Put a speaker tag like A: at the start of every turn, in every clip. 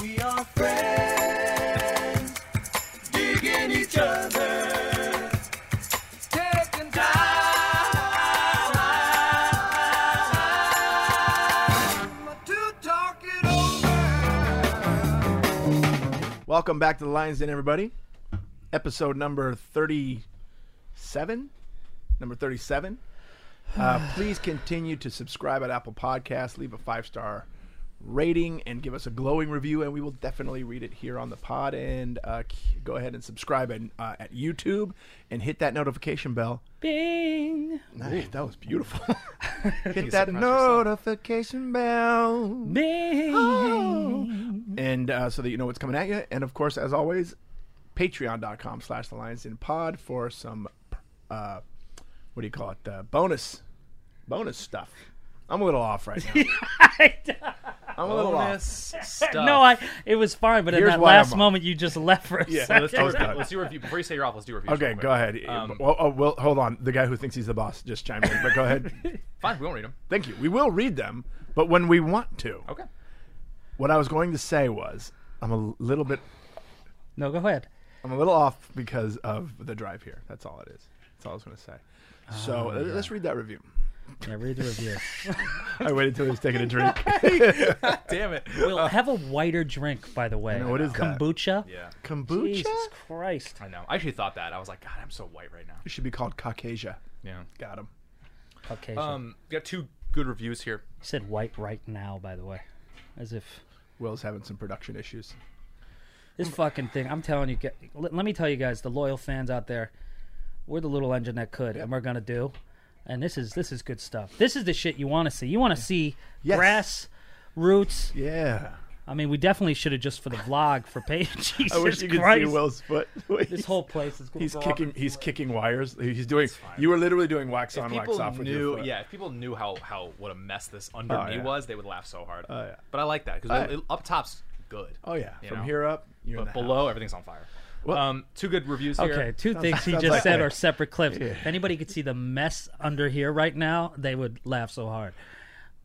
A: We are friends, digging each other, taking time to talk it over.
B: Welcome back to the Lions Den, everybody. Episode number 37. Number 37. Uh, please continue to subscribe at Apple Podcasts, leave a five star rating, and give us a glowing review, and we will definitely read it here on the pod. And uh, k- go ahead and subscribe and, uh, at YouTube and hit that notification bell.
C: Bing.
B: Nice, that was beautiful. hit
D: surprised
B: that
D: yourself.
B: notification bell. Oh.
C: Bing.
B: and uh, so that you know what's coming at you. And of course, as always, patreon.com slash the Lions in pod for some, uh, what do you call it? Uh, bonus, bonus stuff. I'm a little off right now. I'm a little off.
D: Bonus stuff.
C: no, I. It was fine, but in
B: Here's
C: that
B: why
C: last
B: I'm off.
C: moment, you just left for a
B: Yeah,
C: second.
D: Let's do, a review. let's do a review. Before you say you're off, let's do a review.
B: Okay, go ahead.
D: Um,
B: well, oh, well, hold on. The guy who thinks he's the boss just chimed in, but go ahead.
D: Fine, we won't read them.
B: Thank you. We will read them, but when we want to.
D: Okay.
B: What I was going to say was, I'm a little bit,
C: No, go ahead.
B: I'm a little off because of the drive here. That's all it is. That's all I was going to say. So uh, let's read that review.
C: Yeah, read the review.
B: I waited till he was taking a drink.
D: Damn it.
C: We'll have a whiter drink, by the way.
B: know, Uh, what is that?
C: kombucha?
D: Yeah.
B: Kombucha.
C: Jesus Christ.
D: I know. I actually thought that. I was like, God, I'm so white right now.
B: It should be called Caucasia.
D: Yeah.
B: Got him.
C: Okay.
D: Um, we got two good reviews here.
C: you said white right now, by the way, as if
B: Will's having some production issues.
C: this fucking thing. I'm telling you. get- Let, let me tell you guys, the loyal fans out there, we're the little engine that could, and we're gonna do. And this is this is good stuff. This is the shit you want to see. You want to see
B: Yes.
C: grass roots.
B: Yeah.
C: I mean, we definitely should have just for the vlog for page. Jesus
B: I wish you could
C: Christ.
B: see Will's foot.
C: This whole place is going
B: He's kicking. He's kicking wires. He's doing. You were literally doing wax on, wax off with your
D: knew,
B: foot. Oh,
D: yeah, if people knew how how what a mess this under me
B: yeah.
D: was, they would laugh so hard.
B: Oh, yeah.
D: But I like that
B: Oh,
D: because
B: yeah.
D: up top's good.
B: Oh yeah.
D: You
B: From
D: know?
B: here up, you're in
D: but
B: the
D: below everything's on fire.
B: Well-
D: um, two good reviews here.
C: Okay, two things he
B: sounds
C: just
B: like
C: said
B: that.
C: are separate clips. If anybody could see the mess under here right now, they would laugh so hard.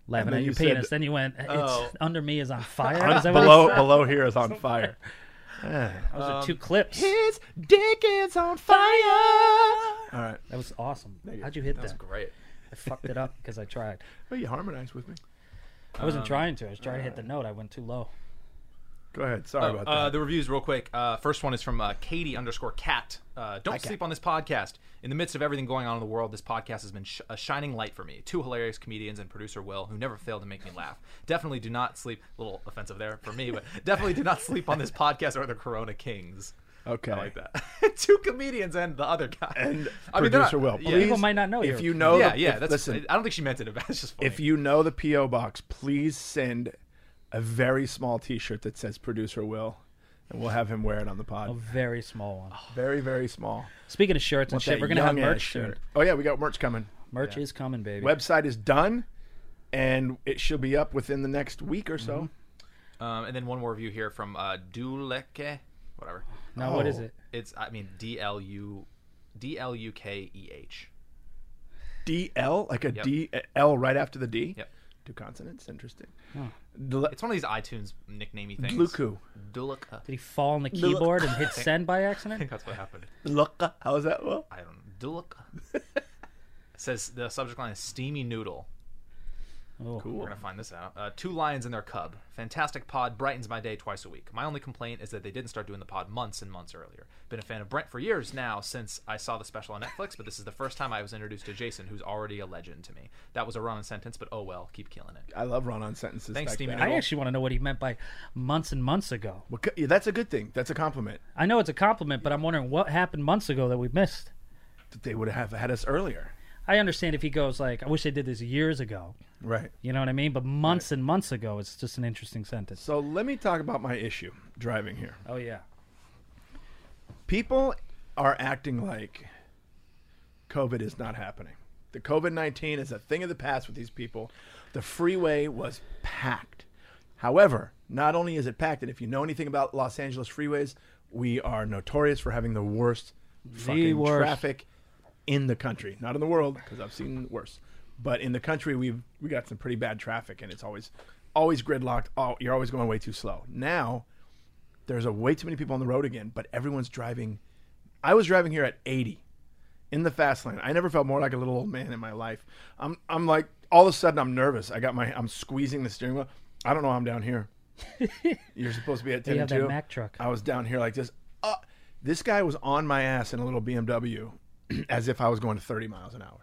C: Laughing
B: then
C: at
B: you
C: your
B: said-
C: penis. Then you went, it's
D: Oh.
C: under me is on fire.
B: house.
C: Is that what he
B: below
C: said?
B: below here is on fire. Ah.
C: Those are two clips.
B: His dick is on fire. All right.
C: That was awesome. How'd you hit that?
D: That's great.
C: I fucked it up because I tried.
B: Well, Oh, you harmonized with me.
C: I wasn't
B: Um,
C: trying to. I was trying to hit
B: uh,
C: the note. I went too low.
B: oh. Go ahead. Sorry
D: Oh,
B: about
D: uh,
B: that.
D: the reviews, real quick. Uh, first one is from uh, Katie underscore Cat. Uh, don't sleep on this podcast. In the midst of everything going on in the world, this podcast has been sh- a shining light for me. Two hilarious comedians and producer Will, who never fail to make me laugh. Definitely do not sleep. A little offensive there for me, but definitely do not sleep on this podcast or the Corona Kings.
B: okay.
D: I like that. Two comedians and the other guy.
B: And
D: I mean, they're
B: producer
D: not-
B: Will,
D: yeah.
B: please.
C: People might not know
B: If
C: you're-
B: you know,
D: yeah,
B: the,
D: yeah.
B: if-
D: that's.
B: listen.
D: I don't think she meant it, but it's just funny.
B: If you know the PO box, please send a very small T-shirt that says "Producer Will," and we'll have him wear it on the
C: A
B: pod.
C: very small one.
B: Very, very small.
C: Speaking of shirts and shit,
B: That
C: we're gonna have
B: young-ass
C: merch soon.
B: shirt. Oh yeah, we got merch coming.
C: Merch is coming, baby.
B: Website is done, and it should be up within the next week or so.
D: um, and then one more review here from uh, Duleke, whatever.
C: now what is
B: Oh.
C: it?
D: It's I mean D L U D L U K E H.
B: DL, like a D L right after the D.
D: Yep.
B: Two consonants. Interesting.
D: It's one of these iTunes nicknamey things.
B: Luku.
D: Duluka.
C: Did he fall on the keyboard and hit send by
D: I
C: accident?
D: think that's what happened.
B: Luka. How's that? Well,
D: I don't know. Duluka. Says the subject line is steamy noodle.
C: Oh.
D: We're gonna find this out. Uh, two lions and their cub. Fantastic pod brightens my day twice a week. My only complaint is that they didn't start doing the pod months and months earlier. Been a fan of Brent for years now since I saw the special on Netflix, but this is the first time I was introduced to Jason, who's already a legend to me. That was a run on sentence, but oh well, keep killing it.
B: I love run-on sentences.
D: Thanks,
B: like
D: Steamy
B: that.
C: I actually want to know what he meant by months and months ago.
B: Well, c- yeah, that's a good thing. That's a compliment.
C: I know it's a compliment, but I'm wondering what happened months ago that we missed.
B: That they would have had us earlier.
C: I understand if he goes like, "I wish they did this years ago,"
B: Right.
C: you know what I mean? But months and months ago, it's just an interesting sentence.
B: So let me talk about my issue driving here.
C: Oh yeah,
B: People are acting like COVID is not happening. The COVID 19 is a thing of the past with these people. The freeway was packed. However, not only is it packed, and if you know anything about Los Angeles freeways, we are notorious for having the worst fucking
C: worst.
B: traffic in the country. Not in the world, because I've seen worse. But in the country, we've we got some pretty bad traffic, and it's always always gridlocked. Oh, you're always going way too slow. Now there's a way too many people on the road again, but everyone's driving. I was driving here at 80 in the fast lane. I never felt more like a little old man in my life. I'm I'm like all of a sudden I'm nervous. I got my I'm squeezing the steering wheel. I don't know how I'm down here. You're supposed to be at 10
C: You
B: and
C: have that
B: 2.
C: Mack truck.
B: I was down here like this. Uh, this guy was on my ass in a little BMW as if I was going to 30 miles an hour.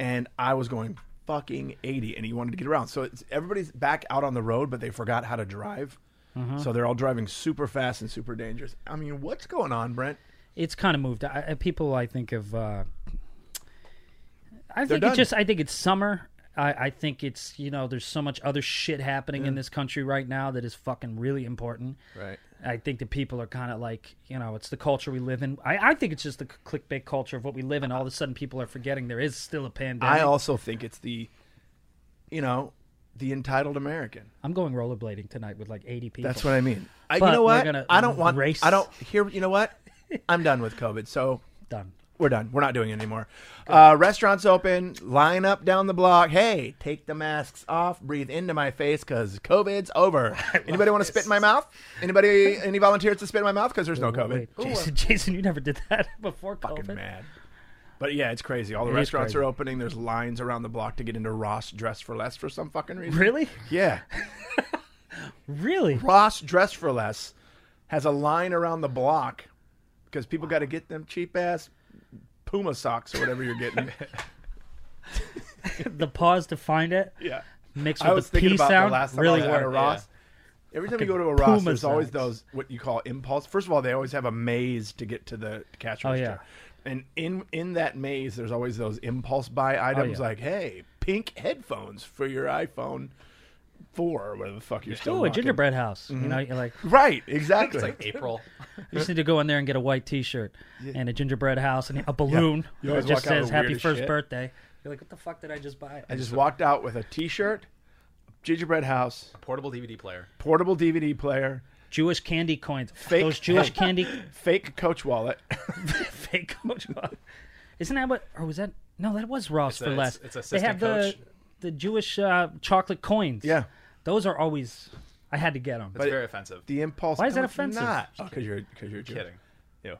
B: And I was going fucking 80 and he wanted to get around. So it's, everybody's back out on the road, but they forgot how to drive.
C: Mm-hmm.
B: So they're all driving super fast and super dangerous. I mean, what's going on, Brent?
C: it's kind of moved. I, I- people, I think of. Uh, I think
B: done.
C: it's just. I think it's summer. I, I think it's you know there's so much other shit happening in this country right now that is fucking really important.
B: Right.
C: I think that people are kind of like you know it's the culture we live in. I, I think it's just the clickbait culture of what we live in. All of a sudden, people are forgetting there is still a pandemic.
B: I also think it's the, you know, the entitled American.
C: I'm going rollerblading tonight with like 80 people.
B: That's what I mean. I, you
C: But
B: know
C: we're
B: what?
C: gonna
B: I don't want.
C: race-
B: I don't here. You know what? I'm done with COVID. So
C: done.
B: we're done. We're not doing it anymore. Uh, restaurants open. Line up down the block. Hey, take the masks off. Breathe into my face because COVID's over. Anybody want to spit in my mouth? Anybody? Any volunteers to spit in my mouth? Because there's no Oh, COVID.
C: Wait,
B: Ooh, I'm
C: Jason, Jason, you never did that before
B: fucking
C: COVID.
B: mad. But yeah, it's crazy. All the
C: It is
B: restaurants are
C: crazy.
B: opening. There's lines around the block to get into Ross Dress for Less for some fucking reason.
C: Really?
B: Yeah.
C: Really?
B: Ross Dress for Less has a line around the block because people got to get them cheap ass Puma socks or whatever you're getting.
C: the pause to find it
B: yeah,
C: mixed with
B: I was
C: the
B: thinking
C: P
B: about
C: sound
B: the last time
C: really
B: I was at a
C: worked.
B: Ross. Every time you go to a
C: Fucking
B: Ross,
C: Puma
B: there's always
C: socks.
B: those what you call impulse. First of all, they always have a maze to get to the cash
C: Oh,
B: register, and in in that maze, there's always those impulse buy items
C: Oh, yeah.
B: like, hey, pink headphones for your iPhone four or whatever the fuck you're still.
C: Ooh, a
B: rocking.
C: gingerbread house.
B: Mm-hmm.
C: You know, you're like,
B: Right, exactly.
D: It's like April.
C: you just need to go in there and get a white T-shirt and a gingerbread house and a balloon
B: You
C: that
B: always
C: just
B: walk out with
C: says
B: the
C: "Happy
B: weirdest
C: First
B: shit.
C: Birthday." You're like, what the fuck did I just buy?
B: I just walked out with a T-shirt, gingerbread house,
D: Portable DVD player.
B: portable DVD player,
C: Jewish candy coins.
B: Fake-
C: Those Jewish
B: Hey.
C: candy
B: fake Coach wallet.
C: fake coach. Isn't that what? Or was that? No, that was Ross
D: a-
C: for
D: it's-
C: less.
D: it's assistant
C: they have
D: coach.
C: the the Jewish uh, chocolate coins.
B: Yeah.
C: those are always. I had to get them.
D: That's very offensive.
B: The impulse.
C: Why is that
B: No, it's
C: offensive?
B: Not because you're because you're Jewish.
D: Kidding.
B: Yeah.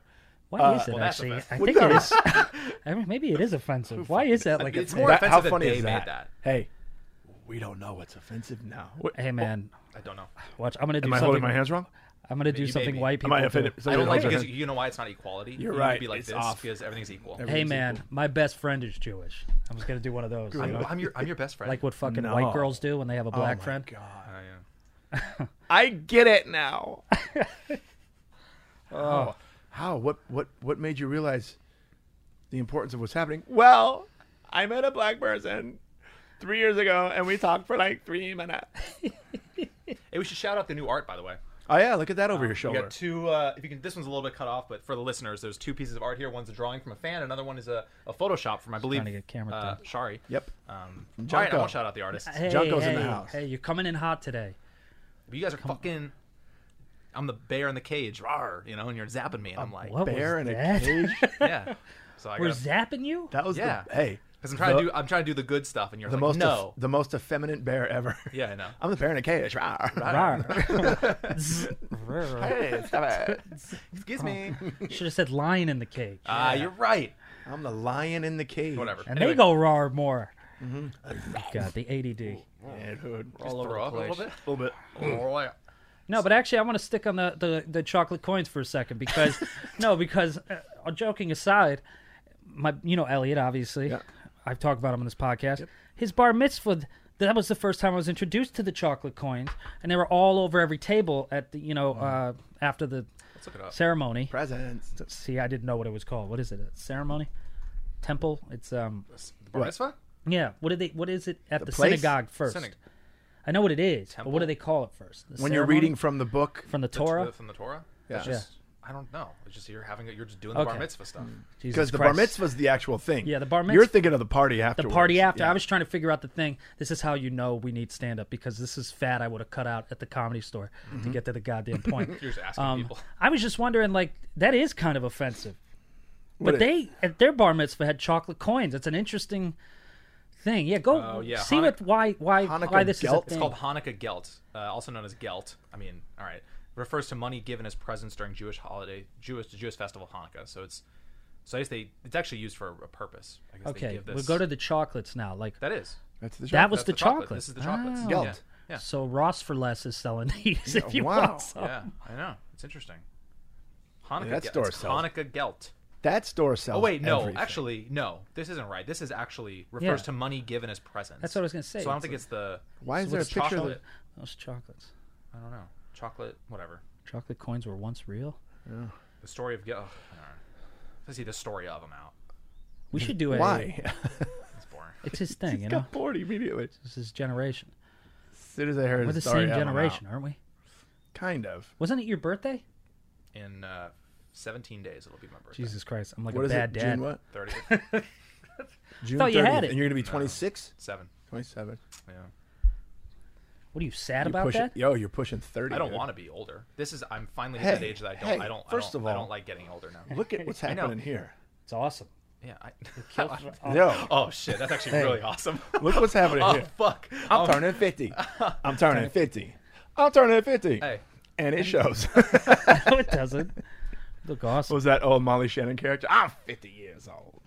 C: Why
B: uh,
C: is it
D: well, that's
C: actually? I
D: offensive.
C: think it is. I mean, maybe it is offensive. Why is that like
D: It's
C: a
D: more
C: thing?
B: That- how
D: offensive that
B: funny
D: they
B: is
D: made
B: that?
D: that.
B: Hey, we don't know what's offensive now. What,
C: Hey man,
D: I don't know.
C: watch! I'm gonna do
B: am I
C: something.
B: holding my hands wrong?
C: I'm gonna do
D: You may
C: something
D: be.
C: white
B: Am
C: people.
B: I
C: do.
B: offended?
D: I don't like
B: Somebody
D: because
B: else-
D: you know why it's not equality.
B: You're
D: you
B: right.
D: Need to be like
B: It's
D: this
B: off.
D: because everything's equal.
C: Hey man, my best friend is Jewish. I was gonna do one of those. you
D: I'm,
C: know,
D: I'm your I'm your best friend.
C: like what fucking
B: No. Oh
C: white girls do when they have a black
B: my
C: friend.
D: I
B: God.
D: am.
B: I get it now. oh, how? What? What? What made you realize the importance of what's happening? Well, I met a black person three years ago, and we talked for like three minutes.
D: Hey, we should shout out the new art by the way.
B: Oh yeah, look at that over your
D: We
B: shoulder.
D: got two. Uh, if you can, this one's a little bit cut off, but for the listeners, there's two pieces of art here. One's a drawing from a fan. Another one is a, a Photoshop from I believe.
C: trying to get camera
D: uh,
C: time.
D: Shari.
B: Yep.
D: Um, all right, I won't shout out the artists.
C: Hey,
B: Junko's
C: hey,
B: in the house.
C: Hey, you're coming in hot today.
D: But you guys are fucking. I'm the bear in the cage, rawr, you know, and you're zapping me, and I'm like,
C: Oh, What
B: Bear
C: was
B: in a
C: that?
B: cage.
D: yeah. So I
C: We're
D: got
C: zapping you.
B: That was
D: Yeah.
B: the hey.
D: because I'm trying
B: the,
D: to do I'm trying to do the good stuff, and you're
B: the
D: like,
B: most eff-
D: no,
B: the most effeminate bear ever.
D: yeah, I know.
B: I'm the bear in a cage.
C: Rawr. Zzz. Rawr.
B: Hey, stop it.
D: Excuse me.
C: Should have said lion in the cage.
D: Ah, you're right.
B: I'm the lion in the cage.
D: Whatever.
C: and
D: Anyway,
C: they go roar more.
B: Mm-hmm.
C: God, the ADD.
B: Yeah, dude.
D: all over off a little bit.
B: little bit.
D: Alright.
C: No, but actually, I want to stick on the, the, the chocolate coins for a second because, no, because uh, joking aside, my you know Elliot obviously,
B: Yeah.
C: I've talked about him on this podcast. His bar mitzvah that was the first time I was introduced to the chocolate coins, and they were all over every table at the you know
B: Mm-hmm.
C: uh, after the
D: Let's look it up.
C: ceremony.
B: Presents.
C: See, I didn't know what it was called. What is it? A ceremony, temple? It's um
D: The bar mitzvah?
C: yeah. What did they? What is it at the,
B: place?
C: synagogue first?
D: Synagogue.
C: I know what it is, but
D: Temple?
C: what do they call it first? The
B: When you're
C: ceremony?
B: reading from the book,
C: from the
D: The-
C: Torah.
D: the- from the Torah.
B: Yeah.
D: It's just, I don't know. It's just you're having a, you're just doing the bar
C: Okay. Hmm.
D: mitzvah stuff.
C: Jesus
B: because the bar
C: Christ.
B: mitzvah's the actual thing.
C: Yeah, the bar
B: You're
C: mitzvah-
B: thinking of the party after.
C: the party after. I was trying to figure out the thing. This is how you know we need stand up because this is fat I would have cut out at the comedy store to get to the goddamn point.
D: Mm-hmm. You're just asking
C: um,
D: people.
C: I was just wondering, like, that is kind of offensive.
B: What
C: But
B: is-
C: they at their bar mitzvah had chocolate coins. It's an interesting thing. Yeah, go
D: Oh, yeah,
C: see
D: Hanukkah-
C: what why why
B: Hanukkah
C: why
B: Gelt? It's
C: this is a
D: It's
C: thing.
D: called Hanukkah Gelt, uh, also known as Gelt. I mean, all right, refers to money given as presents during Jewish holiday, Jewish the Jewish festival of Hanukkah. So it's, so I guess they it's actually used for a purpose. I guess they
C: okay,
D: give this,
C: we'll go to the chocolates now. Like
D: that is
B: That's the
C: that
B: shot.
C: was
D: that's
C: the,
D: chocolate.
C: chocolate. Ah.
D: This is the chocolates.
C: Wow.
B: Gelt.
D: Yeah. Yeah.
C: So Ross for Less is selling these if you
B: wow.
C: want some.
D: yeah, I know. It's interesting. Hanukkah
B: that
D: Gelt.
B: store
D: It's
B: sells-
D: Hanukkah Gelt.
B: that store sells.
D: Oh wait, no.
B: everything.
D: Actually, no. This isn't right. This is actually refers
C: Yeah.
D: to money given as presents.
C: That's what I was gonna say.
D: So I don't
C: It's
D: think
C: like-
D: it's the.
B: why is
D: so
B: there a
D: it's
B: picture of
D: chocolate?
C: Those chocolates.
D: I don't know. Chocolate, whatever.
C: Chocolate coins were once real.
D: The story of oh, Gelt. Let's see the story of them out.
C: We should do a
B: Why?
D: That's boring.
C: It's his thing, you know.
B: Got bored immediately.
C: It's his generation.
B: As soon as I heard
C: We're the
B: the story,
C: same
B: I'm out.
C: generation, aren't we?
B: Kind of.
C: Wasn't it your birthday?
D: In uh, 17 days, it'll be my birthday.
C: Jesus Christ, I'm like
B: What
C: a
B: is
C: bad
B: it?
C: dad.
B: June what?
D: 30,
B: June
C: thought you had
B: 30th,
C: it.
B: And you're gonna be 26,
D: 7.
B: 27.
D: Yeah.
C: What are you sad
B: You
C: about
B: push
C: that?
B: It. Yo, you're pushing 30.
D: I don't
B: dude.
D: want to be older. This is I'm finally at that
B: Hey,
D: age that I don't.
B: hey,
D: I don't.
B: first
D: I don't,
B: of
D: I
B: all-
D: don't like getting older now.
B: Look at what's
D: know.
B: happening here.
C: It's awesome.
D: Yeah. I,
B: Yo,
D: oh shit, that's actually really awesome.
B: look what's happening
D: oh
B: here.
D: fuck.
B: I'm
D: Um,
B: turning 50. I'm turning 50. I'm turning 50.
D: Hey.
B: And it shows.
C: no, it doesn't. Look awesome.
B: was that old Molly Shannon character? I'm 50 years old.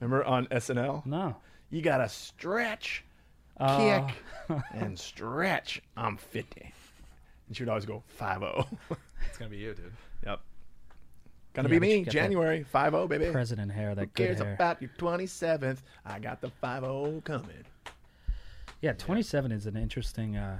B: Remember on SNL?
C: no.
B: You got to stretch,
C: Uh.
B: kick, and stretch. I'm 50. And she would always go 5 0.
D: It's gonna be you, dude.
B: yep. Gonna be
C: Yeah, but you
B: me,
C: got that
B: January 5 0, baby.
C: President hair, that good
B: Cares
C: hair.
B: about your 27th. I got the 5 0 coming.
C: yeah, 27 is an interesting, uh,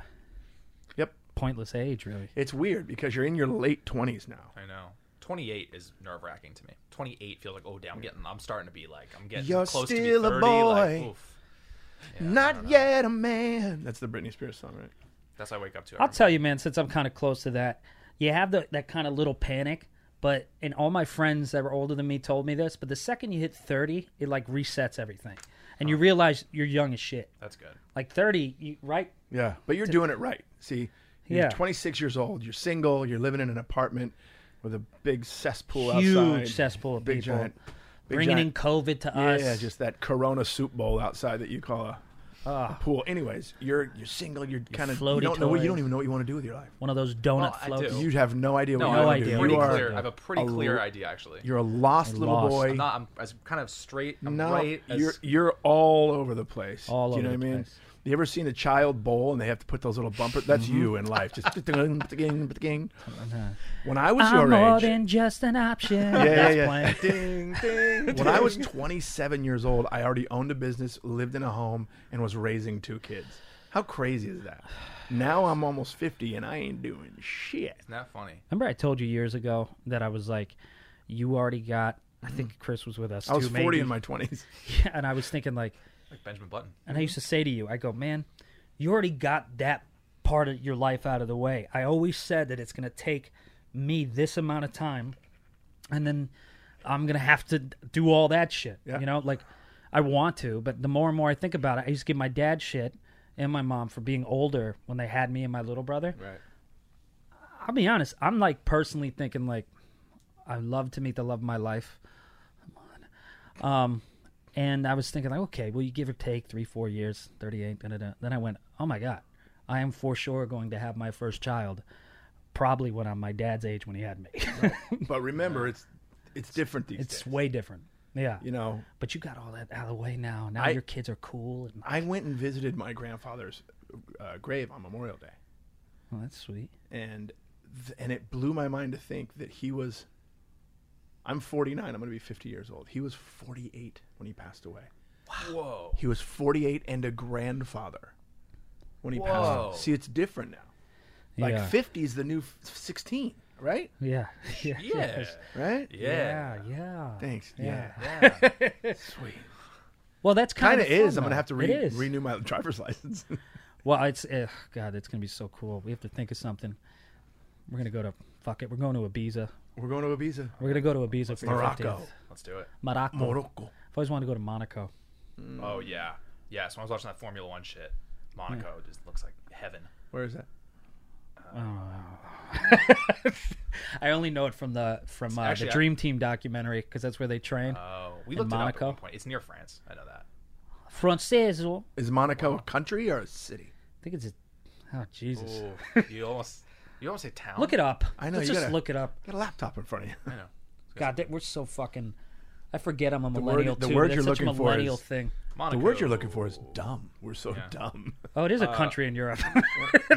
B: Yep.
C: pointless age, really.
B: It's weird because you're in your late 20s now.
D: I know. 28 is nerve wracking to me. 28 feels like, oh, damn, I'm getting, I'm starting to be like, I'm getting
B: You're
D: close
B: still
D: to
B: a
D: be 30.
B: boy.
D: Like, oof. Yeah, I don't
B: Not
D: know.
B: yet a man. That's the Britney Spears song, right?
D: That's what I wake up to.
C: I'll tell you, man, since I'm kind of close to that, you have the, that kind of little panic. But and all my friends that were older than me told me this. But the second you hit 30, it like resets everything, and
B: Oh.
C: you realize you're young as shit.
D: That's good.
C: Like 30, you, right?
B: Yeah, but you're doing it right. See, you're
C: Yeah.
B: 26 years old. You're single. You're living in an apartment with a big cesspool
C: Huge
B: outside.
C: cesspool of
B: big
C: people.
B: Giant, big
C: bringing in
B: giant,
C: COVID to
B: yeah,
C: us.
B: yeah, just that Corona soup bowl outside that you call a, a pool. Anyways, you're you're single. You're, kind of you
C: Ah. floaty
B: don't know what you
C: toys.
B: don't even know what you want to do with your life.
C: one of those donut
D: Well, I
C: floats.
D: do.
B: You have no idea what
D: No,
B: you
D: I, have
B: want
D: a
B: to do.
C: idea.
D: pretty
B: You are
D: clear, I have a pretty
B: a
D: clear
B: lo-
D: idea, actually.
B: you're a lost little
C: lost.
B: boy.
D: I'm not, I'm as kind of straight. I'm
B: No,
D: right as,
B: you're you're all over the place.
C: All
B: Do you know
C: over
B: what
C: the
B: I mean?
C: place.
B: You ever seen a child bowl and they have to put those little bumpers? That's
C: Mm-hmm.
B: you in life. Just ding, ding, ding. when I was
C: I'm
B: your
C: more
B: age,
C: than just an option.
B: yeah,
C: That's
B: yeah.
C: playing.
D: ding, ding.
B: when I was 27 years old, I already owned a business, lived in a home, and was raising two kids. How crazy is that? Now I'm almost 50 and I ain't doing shit.
D: Isn't that funny?
C: Remember, I told you years ago that I was like, you already got. I think Chris was with us.
B: I was
C: too,
B: 40
C: maybe.
B: in my 20s.
C: and I was thinking like,
D: Like Benjamin Button.
C: and I used to say to you, I go, man, you already got that part of your life out of the way. I always said that it's going to take me this amount of time, and then I'm going to have to do all that shit.
B: Yeah.
C: You know, like I want to, but the more and more I think about it, I used to give my dad shit and my mom for being older when they had me and my little brother.
D: Right.
C: I'll be honest. I'm like personally thinking like I love to meet the love of my life. Come on. Um, and I was thinking like, okay, well, you give or take three, four years, thirty-eight. Da, da, da. Then I went, oh my god, I am for sure going to have my first child, probably when I'm my dad's age when he had me.
B: But remember, it's it's different these
C: it's
B: days.
C: way different. Yeah,
B: You know,
C: but you got all that out of the way now. Now
B: I-
C: your kids are cool, and
B: I went and visited my grandfather's uh, grave on Memorial Day.
C: oh, that's sweet.
B: and th- and it blew my mind to think that he was I'm 49, I'm going to be 50 years old. He was 48 when he passed away.
D: Whoa.
B: He was 48 and a grandfather when he passed
D: Whoa.
B: away. See, it's different now. Like
C: yeah.
B: 50 is the new f- 16, right?
C: yeah, yeah,
D: Yeah.
B: Right?
D: Yeah.
C: yeah, yeah.
B: Thanks. Yeah.
D: Yeah.
B: Sweet.
C: Well, that's kind
B: Kind
C: of
B: of is. I'm going to have to
C: read.
B: re- renew my driver's license.
C: Well, it's eh, God, it's gonna be so cool. We have to think of something. We're gonna go to fuck it. We're going to Ibiza.
B: We're going to Ibiza.
C: We're gonna go to Ibiza for the
B: Morocco.
C: 50th.
D: Let's do it.
C: Morocco.
B: Morocco.
C: I've always wanted to go to Monaco.
D: Oh, yeah. Yeah. So when I was watching that Formula One shit, Monaco just looks like heaven.
B: Where is that?
C: I only know it from the from uh,
D: actually,
C: the
D: I-
C: Dream Team documentary because that's where they train.
D: Oh, we
C: In
D: looked it up at
C: Monaco?
D: one point. It's near France. I know that.
C: Franceso.
B: Is Monaco a country or a city?
C: oh, I think it's a. Oh Jesus!
D: Ooh, you almost you almost say town.
C: Look it up.
B: I know,
C: Let's
B: you
C: just
B: gotta-
C: look it up.
B: Got a laptop in front of you.
D: I know.
C: God, that, we're so fucking. I forget I'm a
B: word-
C: millennial
B: the
C: too.
B: word
C: That's
B: you're
C: such
B: looking
C: a
B: for
C: millennial
B: is-
C: thing.
B: The
D: Monaco.
B: word you're looking for is dumb. We're so dumb.
C: Oh, it is
D: Uh,
C: a country in Europe.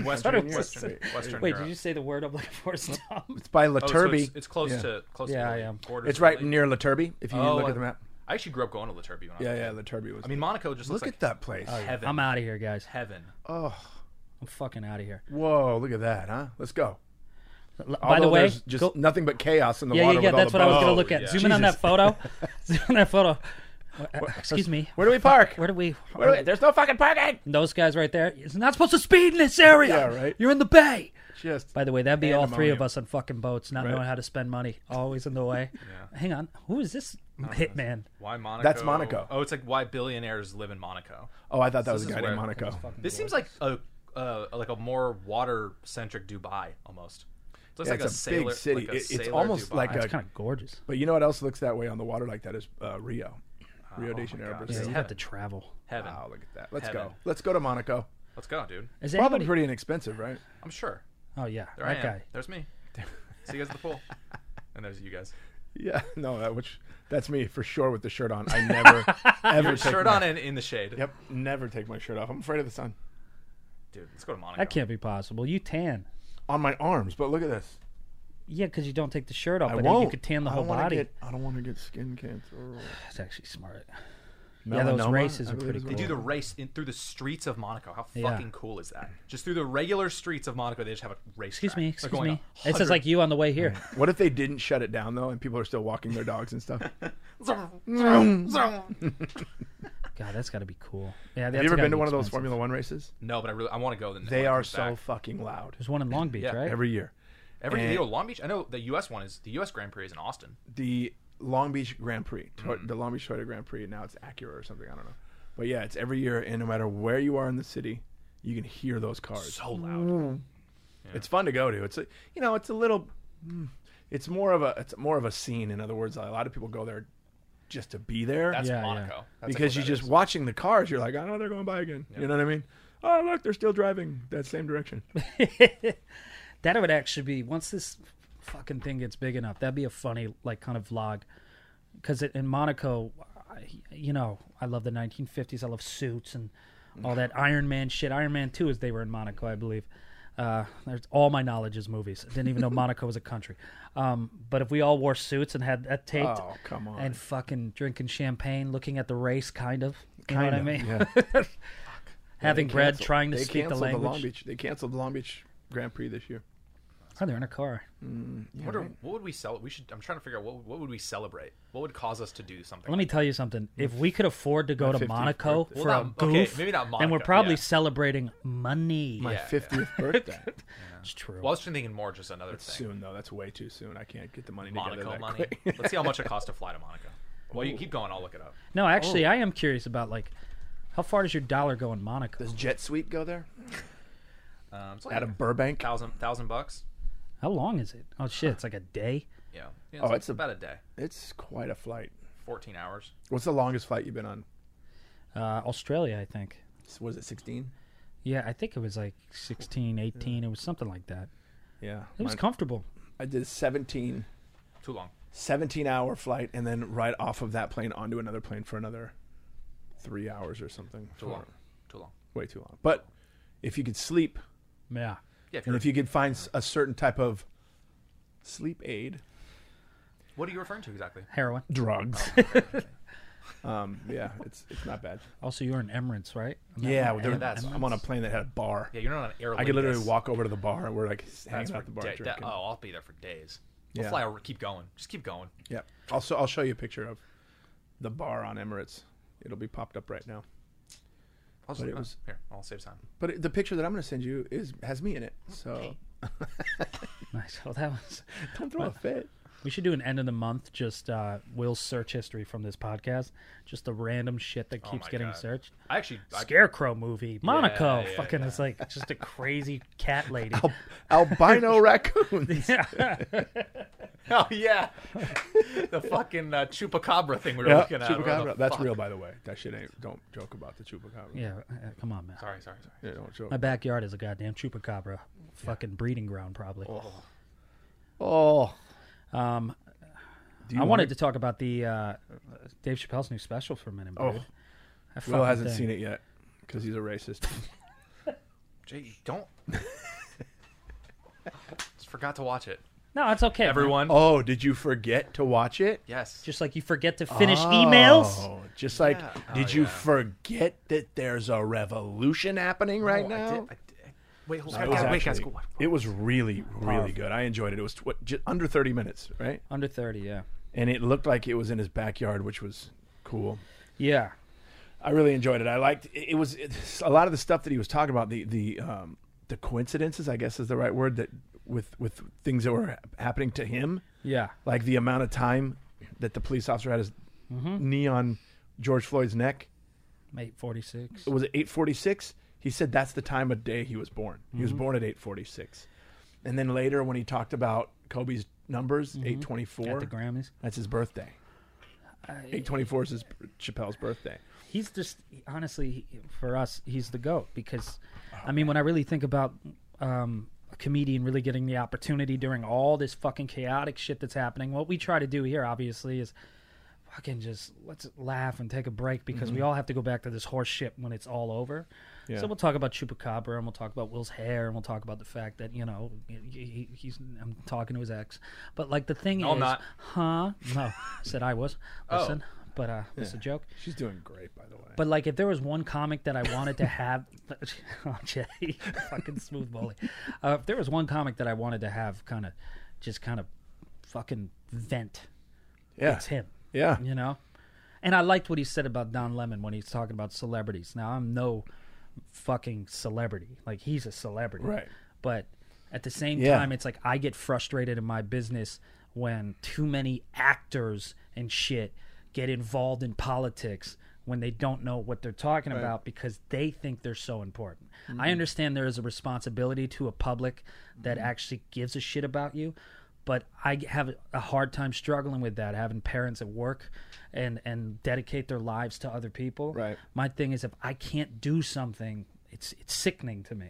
D: Western,
C: it was-
D: Western, Western
C: Wait,
D: Europe.
C: did you say the word I'm looking for? Stop.
B: It's by
D: Oh, so
B: Laturby.
D: it's, it's close
B: Yeah.
D: to close
C: Yeah,
D: to Italy,
C: yeah.
D: borders
B: It's right
D: Italy.
B: near Laturby. If you
D: Oh,
B: look at
D: I-
B: the map.
D: I actually grew up going to Laturby when I was
B: Yeah,
D: a
B: yeah,
D: kid.
B: Loturby was.
D: I mean, Monaco just
B: look
D: looks
B: at
D: like
B: that place.
D: heaven.
C: I'm out of here, guys.
D: Heaven.
C: I'm fucking out of here.
B: Whoa, look at that, huh? Let's go.
C: L- By the
B: Although
C: way,
B: there's just
C: go-
B: nothing but chaos in the
C: yeah,
B: water.
C: yeah, yeah.
B: with
C: That's
B: all
C: what I
B: the
C: was gonna
B: boats.
C: look at.
D: Oh, yeah.
C: Zoom in on that photo. Zoom in on that photo. Uh, Excuse me.
B: Where do we park?
C: Where do we?
B: Where do we- there's no fucking parking.
C: Those guys right there. It's not supposed to speed in this area.
B: Yeah, right.
C: You're in the bay.
B: Just
C: By the way, that'd be all three of
B: Pandemonium.
C: us on fucking boats, not
B: Right.
C: knowing how to spend money, always in the way. Hang on, who is this
B: Oh,
C: hitman?
D: Why Monaco?
B: That's Monaco.
D: Oh, it's like why billionaires live in Monaco.
B: oh, I thought that was a
D: is
B: guy
D: where-
B: named Monaco.
D: This seems like a uh, like a more water centric Dubai almost. It looks
B: Yeah,
D: like
B: it's a big
D: sailor,
B: city.
D: Like a
B: It- it's
D: sailor
B: almost
D: Dubai.
B: like a-
C: It's kind of gorgeous.
B: But you know what else looks that way on the water like that is uh, Rio, Rio de Janeiro,
D: God.
C: Yeah,
B: Brazil.
C: you have to travel.
D: heaven.
B: Wow, look at that. Let's
D: Heaven.
B: go. Let's go to Monaco.
D: Let's go, dude.
C: Is
B: Probably
C: anybody?
B: pretty inexpensive, right?
D: I'm sure.
C: oh yeah,
D: There I
C: that
D: am.
C: guy.
D: There's me. See you guys at the pool. And there's you guys.
B: Yeah. No, that which that's me for sure with the shirt on. I never ever take
D: Shirt
B: my,
D: on and in the shade.
B: Yep, never take my shirt off. I'm afraid of the sun
D: Dude, let's go to Monaco.
C: That can't be possible. You tan.
B: on my arms. But look at this.
C: Yeah, because you don't take the shirt off,
B: I
C: but
B: won't.
C: you could tan the
B: I
C: whole
B: don't wanna
C: body.
B: Get, I don't want to get skin cancer.
C: That's actually smart. Yeah, those
B: Melanoma,
C: races
B: I
C: are
B: believe
C: pretty
B: is what
D: They
B: it
D: do the
B: was.
D: race in, through the streets of Monaco. How
C: Yeah.
D: fucking cool is that? Just through the regular streets of Monaco, they just have a race.
C: Excuse me. Excuse me. It says like you on the way here.
B: What if they didn't shut it down though, and people are still walking their dogs and stuff? Have
C: God, that's got to be cool. Yeah. Have
B: you ever been to one of those Formula One races?
D: no, but I really I want to go. Then when
B: They
D: it
B: are
D: comes
B: so
D: back.
B: fucking loud
C: There's one in Long Beach,
D: Yeah,
C: right?
B: every year.
D: every
B: and-
D: you know, Long Beach. I know the U.S. one is the U.S. Grand Prix is in Austin.
B: The Long Beach Grand Prix, Toy-
D: Mm-hmm.
B: the Long Beach Toyota Grand Prix. Now it's Acura or something. I don't know, but yeah, it's every year, and no matter where you are in the city, you can hear those cars.
D: So
C: Mm.
D: loud.
B: It's fun to go to. It's a, you know, it's a little, mm, it's more of a, it's more of a scene. In other words, a lot of people go there just to be there.
D: That's
C: Yeah, yeah.
D: Monaco. That's
B: because
D: what
B: you're
D: that
B: just
D: is.
B: watching the cars. You're like, oh, they're going by again. You know what I mean? Oh, look, they're still driving that same direction.
C: That would actually be once this fucking thing gets big enough. That'd be a funny like kind of vlog, because in Monaco, I, you know, I love the 1950s. I love suits and all that Iron Man shit. Iron Man Two is they were in Monaco, I believe. Uh, there's all my knowledge is movies. I didn't even know Monaco was a country. Um, but if we all wore suits and had that taped,
B: Oh, come on.
C: and fucking drinking champagne, looking at the race, kind of, you know what I mean?
B: Yeah.
C: Having
B: They
C: bread,
B: canceled-
C: trying to
B: they
C: speak the
B: canceled
C: language.
B: Long Beach. They canceled the Long Beach Grand Prix this year.
C: Oh, they're in a car.
D: I wonder what would we sell? We should. I'm trying to figure out what what would we celebrate. What would cause us to do something?
C: Let me tell you something. If we could afford to go to
B: 50th
C: Monaco
B: birthday.
C: for
D: Well,
C: a
D: not- okay,
C: goof,
D: maybe not
C: then we're
D: Monaco,
C: probably
D: yeah.
C: celebrating money.
B: My
D: Yeah, yeah.
B: 50th birthday.
C: That's true.
D: Well, I was thinking more just another thing.
B: Soon though, that's way too soon. I can't get the money together
D: Monaco
B: that
D: money.
B: quick.
D: Let's see how much it costs to fly to Monaco. Well, you keep going. I'll look it up.
C: no, actually,
D: Oh.
C: I am curious about like how far does your dollar go in Monaco?
B: Does Jet Suite go there?
D: Um, it's like
B: Out of Burbank.
D: thousand thousand bucks.
C: How long is it? Oh shit, it's like a day.
D: Yeah. yeah
B: Oh,
D: it's,
B: it's a-
D: about a day.
B: It's quite a flight.
D: 14 hours.
B: What's the longest flight you've been on?
C: Uh, Australia, I think.
B: Was it 16?
C: Yeah, I think it was like 16, 18. It was something like that.
B: Yeah.
C: It was
B: Mine-
C: comfortable.
B: I did 17
D: Too long.
B: 17 hour flight and then right off of that plane onto another plane for another three hours or something.
D: Too long. Too long.
B: Way too long. But if you could sleep
C: Yeah.
D: Yeah. If
B: and
D: you're,
B: if you could find s- a certain type of sleep aid,
D: what are you referring to exactly?
C: Heroin.
B: drugs. um, yeah, it's it's not bad.
C: Also, you were in Emirates, right?
B: Yeah,
C: Am-
B: there-
C: Em-
D: that's-
B: I'm on a plane that had a bar.
D: Yeah, you're not on an airline.
B: I could literally walk over to the bar and we're like
D: That's
B: hanging out
D: for
B: the bar
D: day- that-
B: drinking.
D: oh, I'll be there for days. We'll
B: Yeah.
D: fly over. Keep going. Just keep going.
B: Yeah. Also, I'll show you a picture of the bar on Emirates. It'll be popped up right now.
D: I'll just,
B: But it
D: uh,
B: was-
D: here. I'll save time.
B: But it, the picture that I'm going to send you is has me in it. So
C: Nice. Well, that was.
B: don't throw a fit.
C: We should do an end of the month, just uh, Will's search history from this podcast. Just the random shit that keeps
D: my
C: getting
D: God.
C: searched.
D: I actually. I,
C: Scarecrow movie, Monaco.
D: yeah,
C: fucking,
D: yeah.
C: it's like just a crazy cat lady.
B: albino raccoons.
D: Oh yeah, the fucking uh, chupacabra thing we were
B: Yeah,
D: looking at.
B: chupacabra.
D: What the
B: That's
D: fuck?
B: real, by the way. That shit ain't. Don't joke about the chupacabra.
C: yeah, uh, come on, man.
D: Sorry, sorry, sorry.
B: Yeah, don't joke.
C: My backyard is a goddamn chupacabra, fucking breeding ground probably.
B: Oh.
C: Um,
B: Do
C: I wanted to talk about the uh, Dave Chappelle's new special for a minute.
B: Oh.
C: Dude. That
B: Will
C: fucking
B: hasn't
C: thing.
B: seen it yet because he's a racist.
D: Jay, don't. Just forgot to watch it.
C: No, it's okay. man.
D: Everyone.
B: oh, did you forget to watch it?
D: Yes.
C: just like you forget to finish emails.
B: Oh, just like,
D: Yeah.
B: did
D: Oh,
B: you
D: yeah.
B: forget that there's a revolution happening right
D: Oh, I
B: now?
D: did- I did- Wait, hold
B: It
D: on.
B: was
D: Wait, guys.
B: actually-
D: go-
B: it was really, really good. I enjoyed it. It was tw- ju- under 30 minutes, right?
C: Under thirty, yeah,
B: And it looked like it was in his backyard, which was cool.
C: yeah.
B: I really enjoyed it. I liked it. it was it's a lot of the stuff that he was talking about the the um, the coincidences, I guess, is the right word that with with things that were hap- happening to him,
C: Yeah.
B: like the amount of time that the police officer had his knee on George Floyd's neck.
C: Eight forty six.
B: It was eight forty six. He said that's the time of day he was born. He was born at eight forty six, and then later when he talked about Kobe's numbers, twenty
C: At
B: four.
C: the Grammys.
B: That's his birthday. Eight twenty four is his, Chappelle's birthday.
C: He's just honestly he- for us, he's the goat because,
D: Oh,
C: I mean, when I really think about um, a comedian really getting the opportunity during all this fucking chaotic shit that's happening, what we try to do here, obviously, is fucking just let's laugh and take a break because
D: Mm-hmm.
C: we all have to go back to this horse shit when it's all over.
B: Yeah.
C: So we'll talk about Chupacabra and we'll talk about Will's hair and we'll talk about the fact that you know he, he- he's I'm talking to his ex, but like the thing
D: No,
C: is,
D: I'm not. Oh.
C: huh? No, said I was. Listen, but uh, it's a joke.
B: She's doing great, by the way.
C: But like, if there was one comic that I wanted to have, oh, Jay, fucking smooth bully. Uh, if there was one comic that I wanted to have, kind of, just kind of, fucking vent,
B: yeah,
C: it's him.
B: Yeah,
C: You know, and I liked what he said about Don Lemon when he's talking about celebrities. Now I'm no fucking celebrity. Like he's a celebrity,
B: Right.
C: But at the same
B: Yeah.
C: time, it's like I get frustrated in my business when too many actors and shit get involved in politics when they don't know what they're talking about because they think they're so important.
B: Mm-hmm.
C: I understand there is a responsibility to a public that
B: Mm-hmm.
C: actually gives a shit about you, but I have a hard time struggling with that having parents at work and and dedicate their lives to other people.
B: Right.
C: My thing is if I can't do something, it's it's sickening to me.